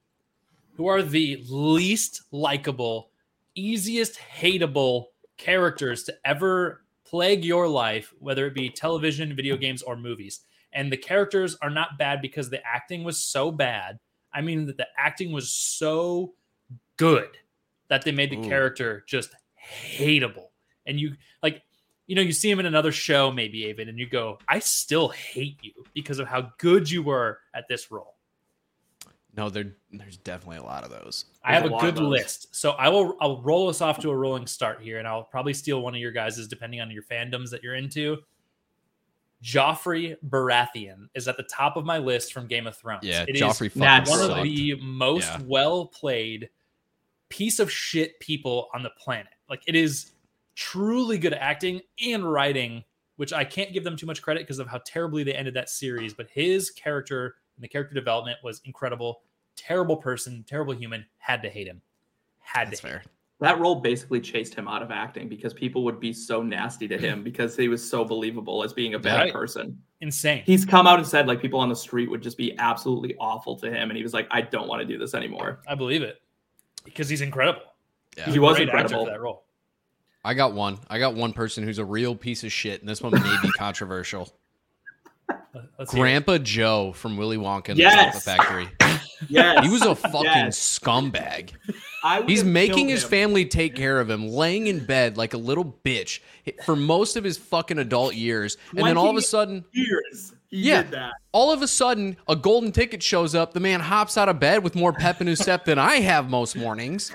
who are the least likable, easiest hateable characters to ever plague your life, whether it be television, video games, or movies. And the characters are not bad because the acting was so bad. I mean that the acting was so good that they made the Ooh. character just hateable. And you like, you know, you see him in another show, maybe Avon, and you go, I still hate you because of how good you were at this role. No, there, there's definitely a lot of those. I There's have a a, lot of good those. list. So I will I'll roll us off to a rolling start here, and I'll probably steal one of your guys's depending on your fandoms that you're into. Joffrey Baratheon is at the top of my list from Game of Thrones. Yeah, It is Joffrey fucking that's one sucked. of the most Yeah. well played piece of shit people on the planet. Like it is truly good acting and writing, which I can't give them too much credit because of how terribly they ended that series. But his character and the character development was incredible. Terrible person, terrible human. Had to hate him. Had That's to. Hate. him. fair. That role basically chased him out of acting because people would be so nasty to him because he was so believable as being a bad Right. person. Insane. He's come out and said like people on the street would just be absolutely awful to him, and he was like, "I don't want to do this anymore." I believe it because he's incredible. Yeah. He's He a was great actor incredible. for that role. I got one. I got one person who's a real piece of shit, and this one may be controversial. Let- Let's hear it. Grandpa Joe from Willy Wonka and the Yes. Chocolate Factory. Yes, He was a fucking Yes. scumbag. I would He's have making killed his him. family take care of him, laying in bed like a little bitch for most of his fucking adult years. And then all of a 20 sudden, years. He Yeah. did that. all of a sudden, a golden ticket shows up. The man hops out of bed with more pep in his step than I have most mornings.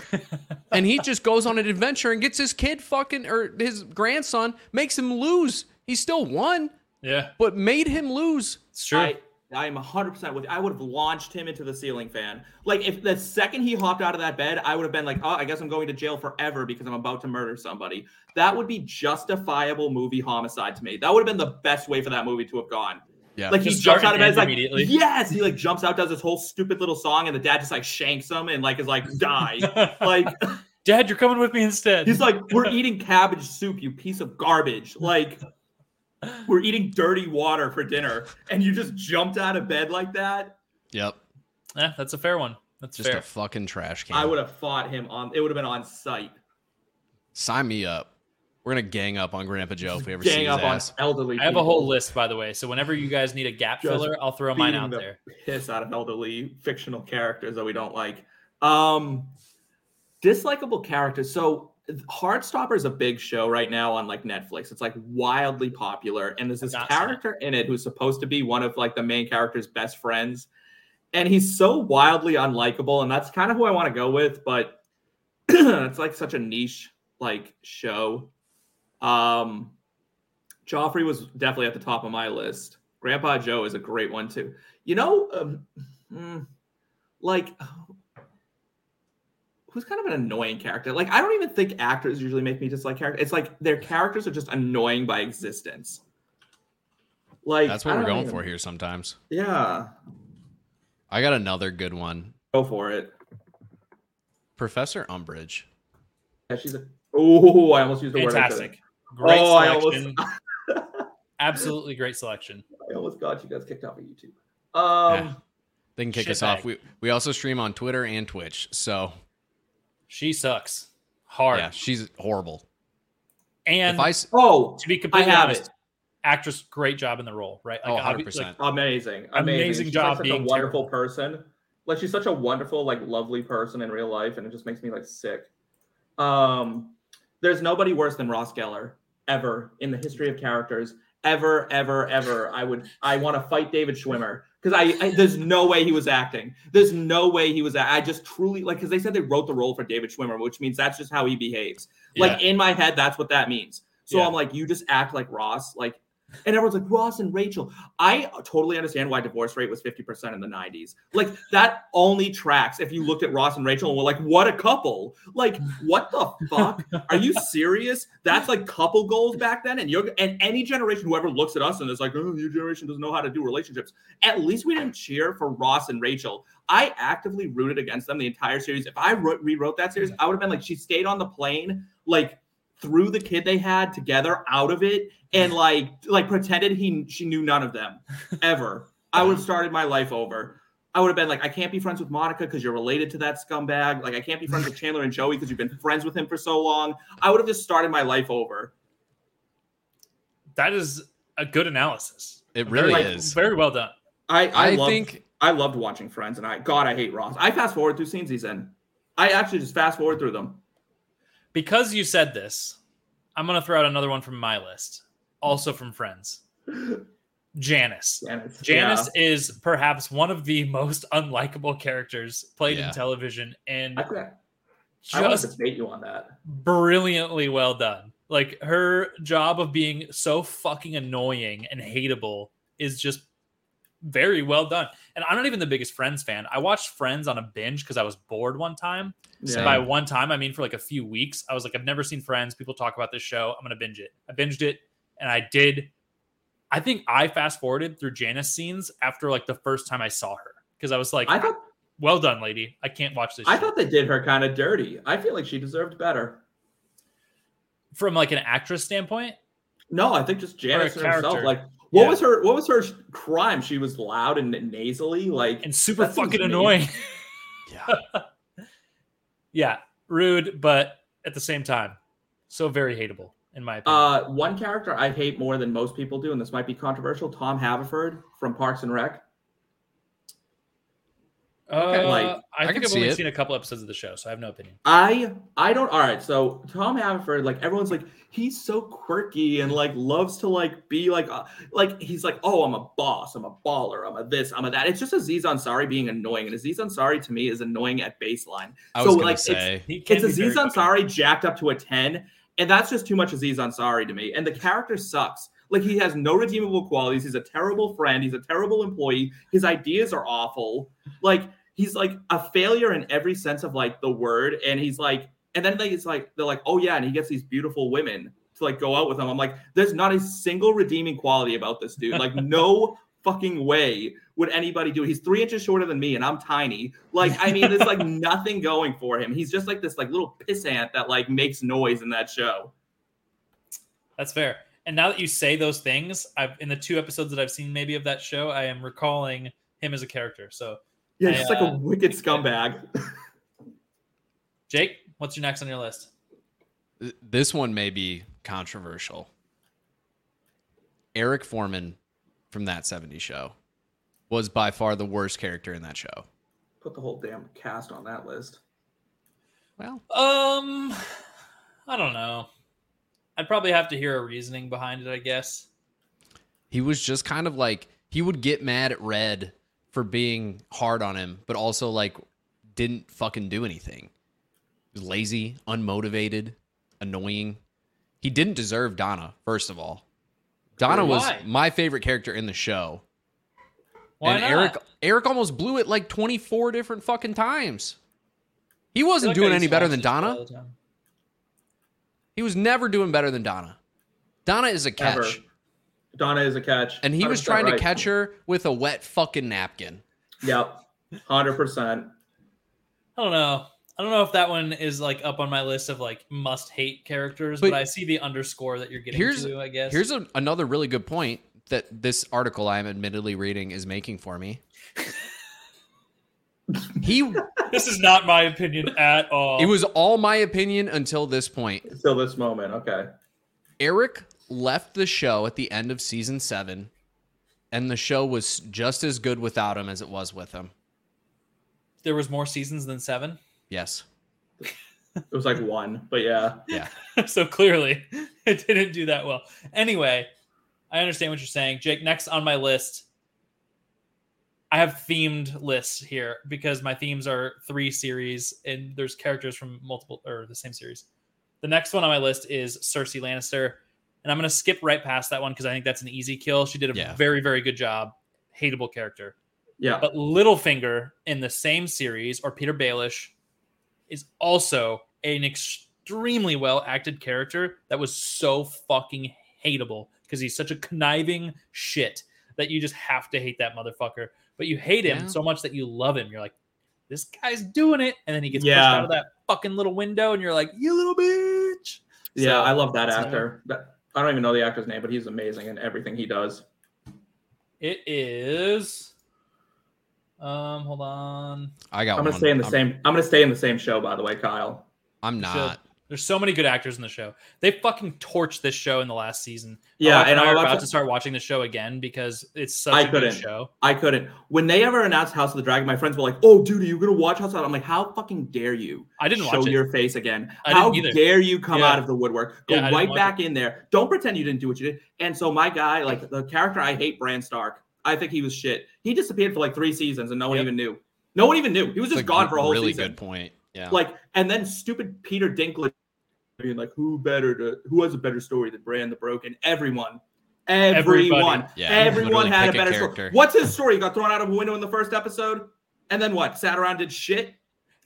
And he just goes on an adventure and gets his kid fucking, or his grandson, makes him lose. He still won, Yeah, but made him lose. it's true. I, I am 100% with you. I would have launched him into the ceiling fan. Like, if the second he hopped out of that bed, I would have been like, oh, I guess I'm going to jail forever because I'm about to murder somebody. That would be justifiable movie homicide to me. That would have been the best way for that movie to have gone. Yeah. Like, he Just jumps start out of and bed, it's like, end immediately. yes! He, like, jumps out, does this whole stupid little song, and the dad just, like, shanks him and, like, is like, die. like, Dad, you're coming with me instead. he's like, we're eating cabbage soup, you piece of garbage. Like, we're eating dirty water for dinner, and you just jumped out of bed like that? Yep. Eh, that's a fair one. That's Just fair. a fucking trash can. I would have fought him on. It would have been on site. Sign me up. We're going to gang up on Grandpa Joe if we ever see Gang his up ass. on elderly. I have a whole people, list, by the way. So whenever you guys need a gap Just filler, I'll throw mine beating out the there. Piss out of elderly fictional characters that we don't like. Um, dislikable characters. So Heartstopper is a big show right now on like Netflix. It's like wildly popular, and there's this I've not seen it. character in it who's supposed to be one of like the main character's best friends, and he's so wildly unlikable. And that's kind of who I want to go with, but it's like such a niche like show. Um, Joffrey was definitely at the top of my list. Grandpa Joe is a great one too. You know, um, mm, like who's kind of an annoying character. Like I don't even think actors usually make me dislike characters. It's like their characters are just annoying by existence. Like That's what I we're don't going even- for here sometimes. Yeah, I got another good one. go for it. Professor Umbridge. Yeah, she's a. Oh, I almost used the word. Fantastic. I Great Oh, I almost- selection. Absolutely great selection. couldn't. I almost got Oh, you guys kicked off of YouTube. Um, Yeah. They can kick Shit us off. bag. We we also stream on Twitter and Twitch. So She sucks hard. yeah, she's horrible. And if I s- Oh, to be completely I have honest, it. actress, great job in the role, right? oh, obvi- 100 like, percent. amazing, amazing, Amazing She's, job Like, such being a wonderful person. Like she's such a wonderful, like lovely person in real life, and it just makes me like sick. Um, there's nobody worse than Ross Geller ever in the history of characters. Ever, ever, ever. I would, I want to fight David Schwimmer because I, I, there's no way he was acting. There's no way he was. Act- I just truly like because they said they wrote the role for David Schwimmer, which means that's just how he behaves. Like in my head, that's what that means. So Yeah. I'm like, you just act like Ross, like, and everyone's like Ross and Rachel. I totally understand why divorce rate was 50% in the 90s. Like that only tracks if you looked at Ross and Rachel and were like, what a couple. Like, what the fuck? Are you serious? That's like couple goals back then. And you're and any generation whoever looks at us and is like, oh, your generation doesn't know how to do relationships. At least we didn't cheer for Ross and Rachel. I actively rooted against them the entire series. If I wrote, rewrote that series, I would have been like, she stayed on the plane, like threw the kid they had together out of it, and like like pretended he she knew none of them ever. I would have started my life over. I would have been like, I can't be friends with Monica because you're related to that scumbag. Like, I can't be friends with Chandler and Joey because you've been friends with him for so long. I would have just started my life over. That is a good analysis. It really very, is. Very well done. I I, I loved, think I loved watching Friends, and I God, I hate Ross. I fast forward through scenes he's in. I actually just fast forward through them. Because you said this, I'm going to throw out another one from my list, also from Friends. Janice. Janice, Janice is perhaps one of the most unlikable characters played Yeah. in television and yeah. I, could- I want to just debate you on that. brilliantly well done. Like her job of being so fucking annoying and hateable is just very well done. And I'm not even the biggest Friends fan. I watched Friends on a binge because I was bored one time. So Yeah. Same. By one time, I mean for like a few weeks. I was like, I've never seen Friends. People talk about this show. I'm gonna binge it. I binged it, and I did. I think I fast forwarded through Janice scenes after like the first time I saw her because I was like, I thought "Well done, lady. I can't watch this." I shit." thought they did her kind of dirty. I feel like she deserved better. from like an actress standpoint, No, I think just Janice herself. character. Like, what Yeah. was her? What was her sh- crime? She was loud and nasally. Like, and super That seems fucking mean. annoying. Yeah. yeah, rude, but at the same time, so very hateable in my opinion. uh, one character I hate more than most people do, and this might be controversial. Tom Haverford from Parks and Rec. Uh, like, I I think can I have see only it. seen a couple episodes of the show, so I have no opinion. I I don't. All right, so Tom Haverford, like everyone's like he's so quirky and like loves to like be like uh, like he's like oh I'm a boss, I'm a baller, I'm a this, I'm a that. It's just Aziz Ansari being annoying, and Aziz Ansari to me is annoying at baseline. I So, was gonna like, it's- say He can it's be Aziz very fucking- Ansari jacked up to a 10, and that's just too much Aziz Ansari to me. And the character sucks. Like he has no redeemable qualities. He's a terrible friend. He's a terrible employee. His ideas are awful. Like he's like a failure in every sense of like the word. And he's like, and then they, it's like they're like, oh yeah, and he gets these beautiful women to like go out with him. I'm like, there's not a single redeeming quality about this dude. Like no fucking way would anybody do it. He's three inches shorter than me, and I'm tiny. Like, I mean, there's like nothing going for him. He's just like this like little pissant that like makes noise in that show. That's fair. And now that you say those things, I've in the two episodes that I've seen maybe of that show, I am recalling him as a character. So, Yeah, he's just like Yeah. a wicked scumbag. Jake, what's your next on your list? th- this one may be controversial. Eric Foreman from that 70s show was by far the worst character in that show. Put the whole damn cast on that list. Well, Um, I don't know. I'd probably have to hear a reasoning behind it, I guess. he was just kind of like he would get mad at Red for being hard on him, but also like didn't fucking do anything. He was lazy, unmotivated, annoying. He didn't deserve Donna, first of all. Donna was Why? my favorite character in the show. Why and not? Eric Eric almost blew it like 24 different fucking times. He I feel wasn't like I doing used any to better watch than this show Donna. all the time. He was never doing better than Donna. Donna is a catch. Ever. Donna is a catch. And he was 100% trying to right. catch her with a wet fucking napkin. Yep. Hundred percent. I don't know. I don't know if that one is like up on my list of like must hate characters, but, But- I see the underscore that you're getting Here's- to, I guess. Here's a, another really good point that this article I'm admittedly reading is making for me. he this is not my opinion at all. it was all my opinion until this point. Till this moment. Okay. Eric left the show at the end of season 7 and the show was just as good without him as it was with him. there was more seasons than seven. Yes. It was like one, but yeah. so clearly it didn't do that well. Anyway, I understand what you're saying. Jake, next on my list, I have themed lists here because my themes are three series and there's characters from multiple or the same series. The next one on my list is Cersei Lannister. And I'm going to skip right past that one because I think that's an easy kill. She did a Yeah. very, very good job. Hateable character. Oh, Yeah. But Littlefinger in the same series, or Peter Baelish, is also an extremely well acted character that was so fucking hateable because he's such a conniving shit that you just have to hate that motherfucker. But you hate him Yeah. so much that you love him. You're like, this guy's doing it. And then he gets pushed Yeah. out of that fucking little window and you're like, you little bitch. Yeah. So- I love that so- actor. That- I don't even know the actor's name, but he's amazing in everything he does. It is. Um, hold on. I got. I'm gonna one. stay in the I'm, same. I'm gonna stay in the same show. By the way, Kyle. I'm not. There's so many good actors in the show. They fucking torched this show in the last season. Yeah, Alec and I I'm are about about to- to start watching the show again because it's such I a good couldn't. show. I couldn't. When they ever announced House of the Dragon, my friends were like, "Oh, dude, are you gonna watch House of the?" Dragon?" I'm like, "How fucking dare you I didn't show watch it. your face again? I How didn't either. dare you come Yeah. out of the woodwork? Go Yeah, I didn't right watch back in there. Don't pretend you didn't do what you did." And so my guy, like the character I hate, Bran Stark. I think he was shit. He disappeared for like three seasons, and no one Yep. even knew. No one even knew. He was It's just a gone gr- for a whole really season. good point. Yeah. Like, and then stupid Peter Dinklage being like, "Who better to? Who has a better story than Bran the Broken?" Everyone, everyone, Yeah, everyone literally had a pick a better character. story. What's his story? He got thrown out of a window in the first episode, and then what? Sat around did shit.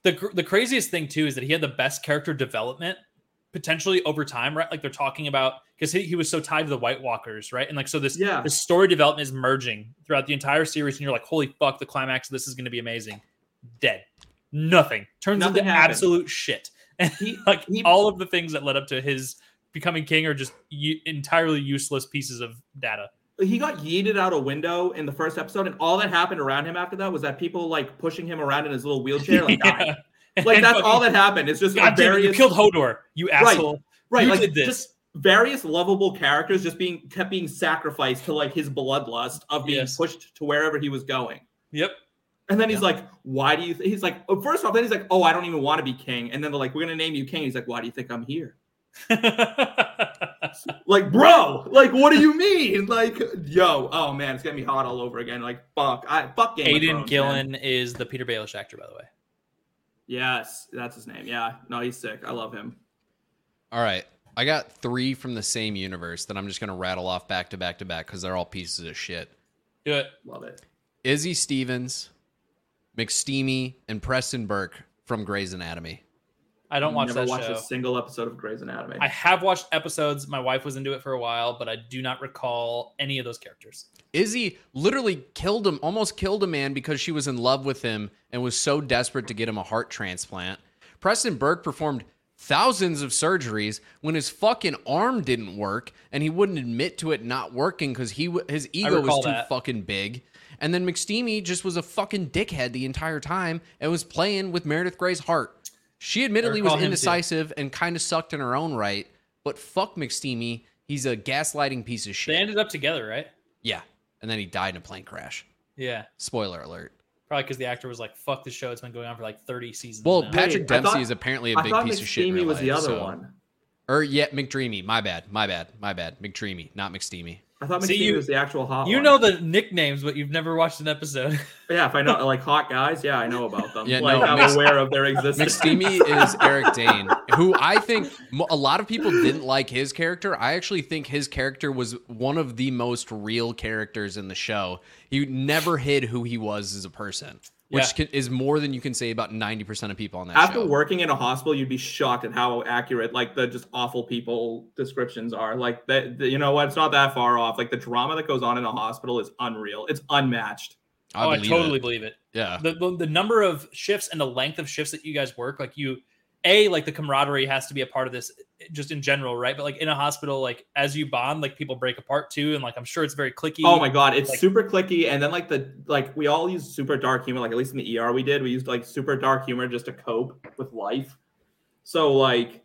the gr- the craziest thing too is that he had the best character development potentially over time, right? Like they're talking about because he, he was so tied to the White Walkers, right? And like so this Yeah. the story development is merging throughout the entire series, and you're like, holy fuck, the climax of this is going to be amazing. Dead, nothing turns Nothing into happened. absolute shit. He, Like He- all of the things that led up to his becoming king are just u- entirely useless pieces of data. he got yeeted out a window in the first episode, and all that happened around him after that was that people like pushing him around in his little wheelchair, like dying. Like that's all that happened. It's just God damn it, you various, killed Hodor, you asshole. right? you like did this. just various lovable characters just being kept being sacrificed to like his bloodlust of being Yes. pushed to wherever he was going. Yep. And then he's like, "Why do you?" Th-? He's like, oh, first off, then he's like, "Oh, I don't even want to be king." And then they're like, "We're gonna name you king." He's like, "Why do you think I'm here?" Like, bro, like, what do you mean? Like, yo, oh man, it's gonna be hot all over again. Like, fuck, I fuck Game of Aiden Thrones, man. Gillen is the Peter Baelish actor, by the way. Yes, that's his name. Yeah, no, he's sick. I love him. All right. I got three from the same universe that I'm just gonna rattle off back to back to back because they're all pieces of shit. Do it. Love it. Izzy Stevens, McSteamy, and Preston Burke from Grey's Anatomy. I don't watch Never that watched show. a single episode of Grey's Anatomy. I have watched episodes. My wife was into it for a while, but I do not recall any of those characters. Izzy literally killed him, almost killed a man because she was in love with him and was so desperate to get him a heart transplant. Preston Burke performed thousands of surgeries when his fucking arm didn't work and he wouldn't admit to it not working because he w- his ego recall was too that. fucking big. And then McSteamy just was a fucking dickhead the entire time and was playing with Meredith Grey's heart. She admittedly was recall him too. indecisive and kind of sucked in her own right, but fuck McSteamy, he's a gaslighting piece of They shit. ended up together, right? Yeah. And then he died in a plane crash. Yeah. Spoiler alert. Probably because the actor was like, fuck the show. It's been going on for like 30 seasons. Well, now." Patrick I Dempsey thought- is apparently a I big thought piece of shit. in McSteamy real was the life, other so- one. Or yeah, McDreamy. My bad. My bad. My bad. McDreamy, not McSteamy. I thought See, McSteamy you- was the actual hot. you one. know the nicknames, but you've never watched an episode. Yeah, if I know like hot guys, yeah, I know about them. Yeah, like no, I'm mixed- aware of their existence. McSteamy is Eric Dane, who I think mo- a lot of people didn't like his character. I actually think his character was one of the most real characters in the show. He never hid who he was as a person, which can, is more than you can say about ninety percent of people on that After show. working in a hospital, you'd be shocked at how accurate like the just awful people descriptions are. Like that, the- you know what? It's not that far off. Like the drama that goes on in a hospital is unreal. It's unmatched. I, oh, I believe totally it. believe it. Yeah. the, the the number of shifts and the length of shifts that you guys work like you a like the camaraderie has to be a part of this just in general right but like in a hospital like as you bond like people break apart too and like i'm sure it's very clicky Oh my god, it's E Like- super clicky. And then like the like we all used super dark humor. Like at least in the ER, we did. We used like super dark humor just to cope with life. So like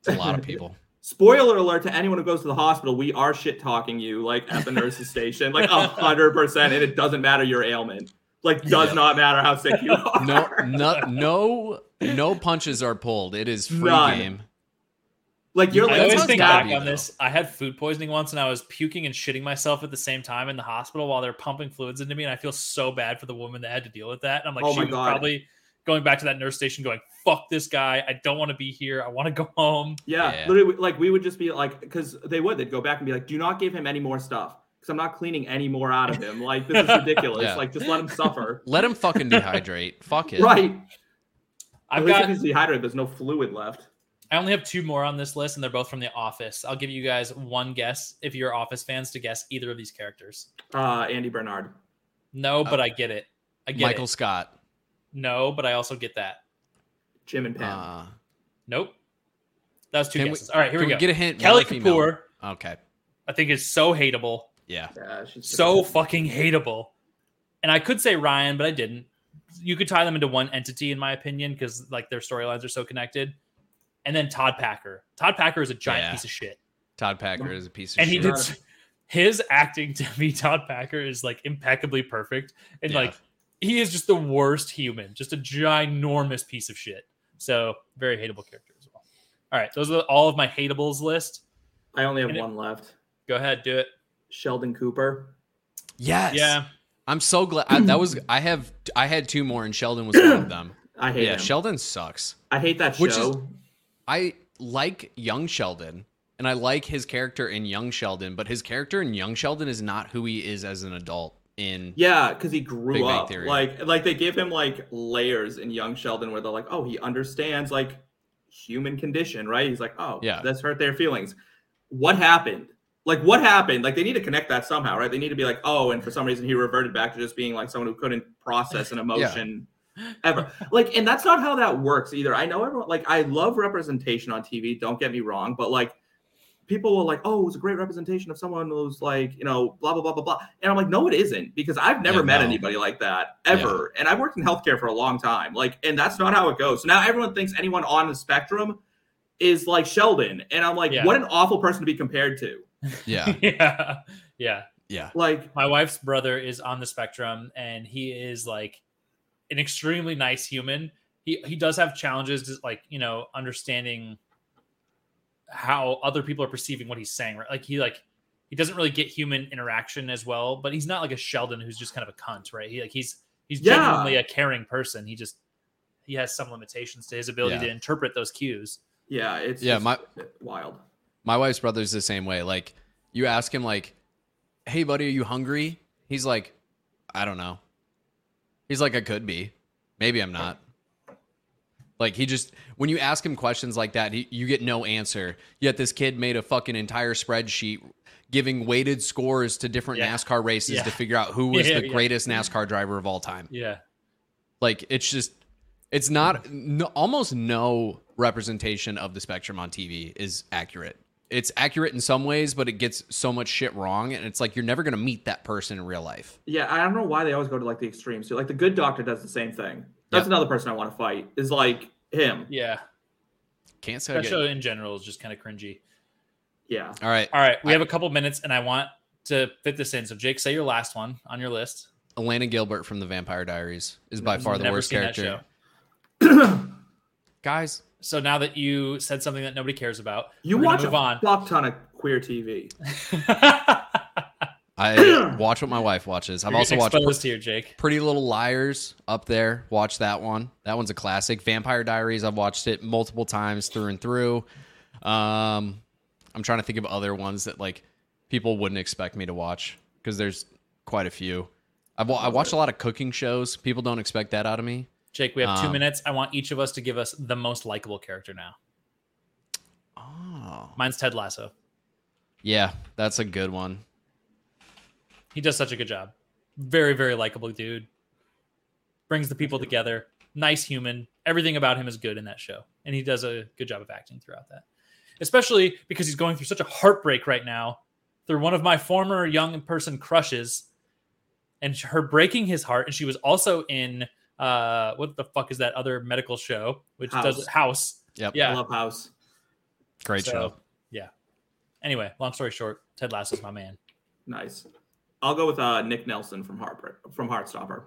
It's a lot of people. Spoiler alert to anyone who goes to the hospital, we are shit talking you like at the nurses station, like a hundred percent, and it doesn't matter your ailment. Like does Yeah. not matter how sick you are. No, no, no, no punches are pulled. It is free None. game. Like you're I like, That's always how it's think gotta back be, on though. this. I had food poisoning once, and I was puking and shitting myself at the same time in the hospital while they're pumping fluids into me, and I feel so bad for the woman that had to deal with that. And I'm like, Oh she my was God. probably going back to that nurse station, going, "Fuck this guy! I don't want to be here. I want to go home." yeah, Yeah. literally, like we would just be like, because they would, they'd go back and be like, do not give him any more stuff, because I'm not cleaning any more out of him. Like this is ridiculous. Yeah. Like just let him suffer. Let him fucking dehydrate. Fuck it. Right. At I've least got if he's dehydrated, there's no fluid left. I only have two more on this list, and they're both from The Office. I'll give you guys one guess if you're Office fans to guess either of these characters. Uh, Andy Bernard. No, but I get it. I get Michael it. Scott. No, but I also get that. Jim and Pam. Uh, Nope. That was two Can we- guesses. All right, here can we go. Get a hint. Kelly male or female? Kapoor, Okay. I think, is so hateable. Yeah. yeah, she's So fucking hateable. and I could say Ryan, but I didn't. You could tie them into one entity, in my opinion, because like their storylines are so connected. And then Todd Packer. Todd Packer is a giant Yeah. piece of shit, Todd Packer is a piece of and he shit. did. Sure. s- His acting to me, Todd Packer, is like impeccably perfect, and Yeah. like he is just the worst human, just a ginormous piece of shit. So very hateable character as well. All right, those are all of my hateables list. I only have And it- one left. Go ahead, do it. Sheldon Cooper. Yes. Yeah, I'm so glad I, that was. I have. I had two more, and Sheldon was one of them. I hate Yeah. him. Sheldon sucks. I hate that show. Which is- I like young Sheldon and I like his character in young Sheldon, but his character in young Sheldon is not who he is as an adult in yeah, because he Big grew Bang up. Theory. Like, like they give him like layers in Young Sheldon, where they're like, oh, he understands like human condition, right? He's like, oh, Yeah. that's hurt their feelings. What happened? Like, what happened? Like, they need to connect that somehow, right? They need to be like, oh, and for some reason he reverted back to just being like someone who couldn't process an emotion ever. Like, and that's not how that works either. I know everyone. Like, I love representation on TV. Don't get me wrong, but like. people were like, "Oh, it was a great representation of someone who's like, you know, blah blah blah blah blah," and I'm like, "No, it isn't," because I've never Yeah, met no. anybody like that ever, and I've worked in healthcare for a long time, like, and that's not how it goes. So now everyone thinks anyone on the spectrum is like Sheldon, and I'm like, Yeah. "What an awful person to be compared to!" yeah yeah, yeah. yeah Like, my wife's brother is on the spectrum and he is like an extremely nice human he he does have challenges just like you know understanding how other people are perceiving what he's saying right like he like he doesn't really get human interaction as well but he's not like a sheldon who's just kind of a cunt right he like he's he's Yeah. genuinely a caring person he just he has some limitations to his ability Yeah. to interpret those cues yeah, it's Yeah, just my- wild. my wife's brother's the same way like you ask him like hey buddy are you hungry he's like i don't know he's like i could be maybe i'm not like he just when you ask him questions like that he, you get no answer yet this kid made a fucking entire spreadsheet giving weighted scores to different Yeah. nascar races Yeah. to figure out who was Yeah, the yeah. greatest nascar driver of all time yeah like it's just it's not no, almost no representation of the spectrum on TV is accurate. It's accurate in some ways, but it gets so much shit wrong, and it's like you're never gonna meet that person in real life. Yeah, I don't know why they always go to like the extremes. too. Like, the good doctor does the same thing. That's Yeah. another person I want to fight. Is like him. yeah Can't say. I that get- show in general is just kind of cringy Yeah. All right, All right, we I- have a couple minutes, and I want to fit this in. So, Jake, say your last one on your list. Elena Gilbert from The Vampire Diaries is by far the Never worst seen that character. show. Guys, So now that you said something that nobody cares about, You we're gonna watch a move on. fuck ton of queer TV. I watch what my wife watches. I've You're also getting watched exposed here, Jake. Pretty Little Liars up there. Watch that one. That one's a classic. Vampire Diaries. I've watched it multiple times through and through. Um, I'm trying to think of other ones that like people wouldn't expect me to watch because there's quite a few. I've wa- I watch a lot of cooking shows. People don't expect that out of me. Jake, we have two Um, minutes. I want each of us to give us the most likable character now. Oh, Mine's Ted Lasso. yeah, that's a good one. He does such a good job. Very, very likable dude. Brings the people together. Nice human. Everything about him is good in that show. And he does a good job of acting throughout that. Especially because he's going through such a heartbreak right now through one of my former young person crushes and sh- her breaking his heart. And she was also in uh what the fuck is that other medical show which does House. house. Yep. Yeah. I love House. Great So, show. Yeah. Anyway, long story short, Ted Lasso's my man. Nice. I'll go with uh, Nick Nelson from Harper from Heartstopper.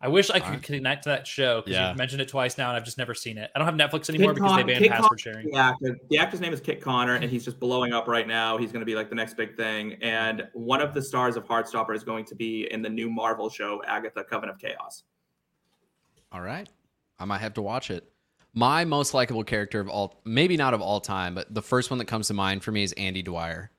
I wish I could Alright. connect to that show because Yeah. you've mentioned it twice now, and I've just never seen it. I don't have Netflix anymore Kit because they Con- banned Kit Con- password sharing. The actor, the actor's name is Kit Connor, and he's just blowing up right now. He's going to be like the next big thing. And one of the stars of Heartstopper is going to be in the new Marvel show Agatha: Coven of Chaos. All right. I might have to watch it. My most likable character of all, maybe not of all time, but the first one that comes to mind for me is Andy Dwyer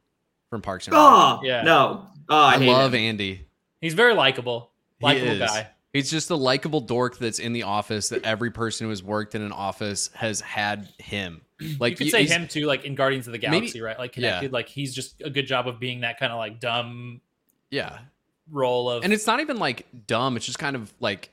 from Parks and Rec. Oh Yeah. no! Oh, I, I, hate love him. Andy. He's very likable, He likable is. guy. He's just the likable dork that's in the office that every person who has worked in an office has had him. Like you could you- say he's- him too, like in Guardians of the Maybe- Galaxy, right? Like yeah. connected. Like he's just a good job of being that kind of like dumb Yeah. role of And it's not even like dumb, it's just kind of like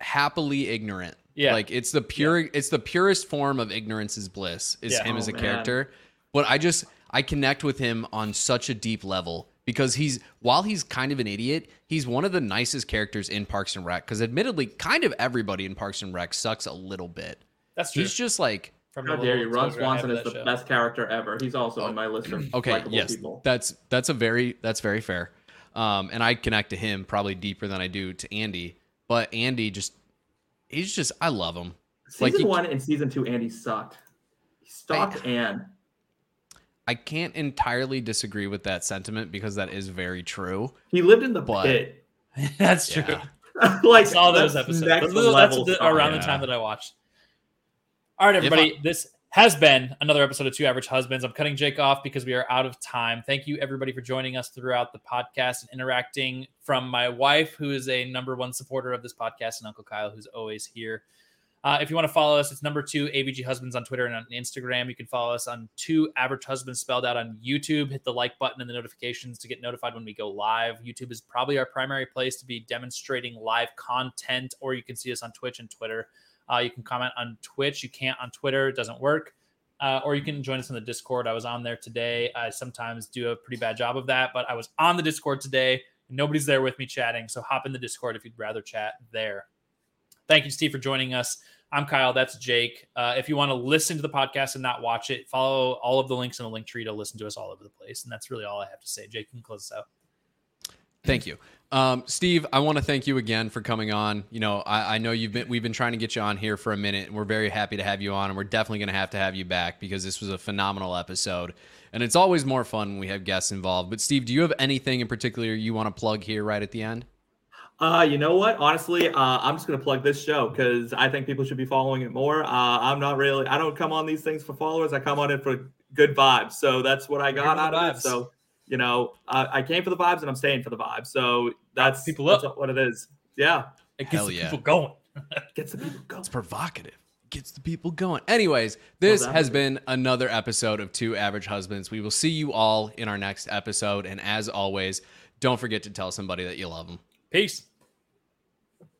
happily ignorant. yeah, Like it's the pure it's the purest form of ignorance is bliss is Yeah. him Oh, as a man. character. But I just I connect with him on such a deep level because he's while he's kind of an idiot, he's one of the nicest characters in Parks and Rec. Because admittedly, kind of everybody in Parks and Rec sucks a little bit. That's true. He's just like From How the dare little you? Ron exposure I have Swanson of is the that show. best character ever. He's also in my list of okay, likable yes, people. that's that's a very that's very fair. Um, and I connect to him probably deeper than I do to Andy, but Andy just he's just I love him. like Season you- one and season two, Andy sucked. He stalked Anne. I can't entirely disagree with that sentiment because that is very true. He lived in the But- pit. That's true. Yeah. like I saw those that's episodes. Those- next that's level the- stalking. around yeah. the time that I watched. All right, If everybody. this has been another episode of Two Average Husbands. I'm cutting Jake off because we are out of time. Thank you, everybody, for joining us throughout the podcast and interacting. From my wife, who is a number one supporter of this podcast, and Uncle Kyle, who's always here. Uh, if you want to follow us, it's number two AVG Husbands on Twitter and on Instagram. You can follow us on Two Average Husbands spelled out on YouTube. Hit the like button and the notifications to get notified when we go live. YouTube is probably our primary place to be demonstrating live content, or you can see us on Twitch and Twitter. Uh, you can comment on Twitch. You can't on Twitter; it doesn't work. Uh, or you can join us on the Discord. I was on there today. I sometimes do a pretty bad job of that, but I was on the Discord today. Nobody's there with me chatting, so hop in the Discord if you'd rather chat there. Thank you, Steve, for joining us. I'm Kyle. That's Jake. Uh, if you want to listen to the podcast and not watch it, follow all of the links in the link tree to listen to us all over the place. And that's really all I have to say. Jake, you can close this out. Thank you. Um, Steve, I want to thank you again for coming on. You know, I, I know you've been we've been trying to get you on here for a minute, and we're very happy to have you on, and we're definitely going to have to have you back because this was a phenomenal episode, and it's always more fun when we have guests involved. But Steve, do you have anything in particular you want to plug here right at the end? Uh, you know what? Honestly, uh, I'm just gonna plug this show because I think people should be following it more. Uh, I'm not really. I don't come on these things for followers. I come on it for good vibes. So that's what I got for out the of vibes. it. So you know, uh, I came for the vibes and I'm staying for the vibes. So that's people that's up. what it is. Yeah, It gets Hell the yeah. people going. gets the people going. It's provocative. Gets the people going. Anyways, this that has was- been another episode of Two Average Husbands. We will see you all in our next episode. And as always, don't forget to tell somebody that you love them. Peace.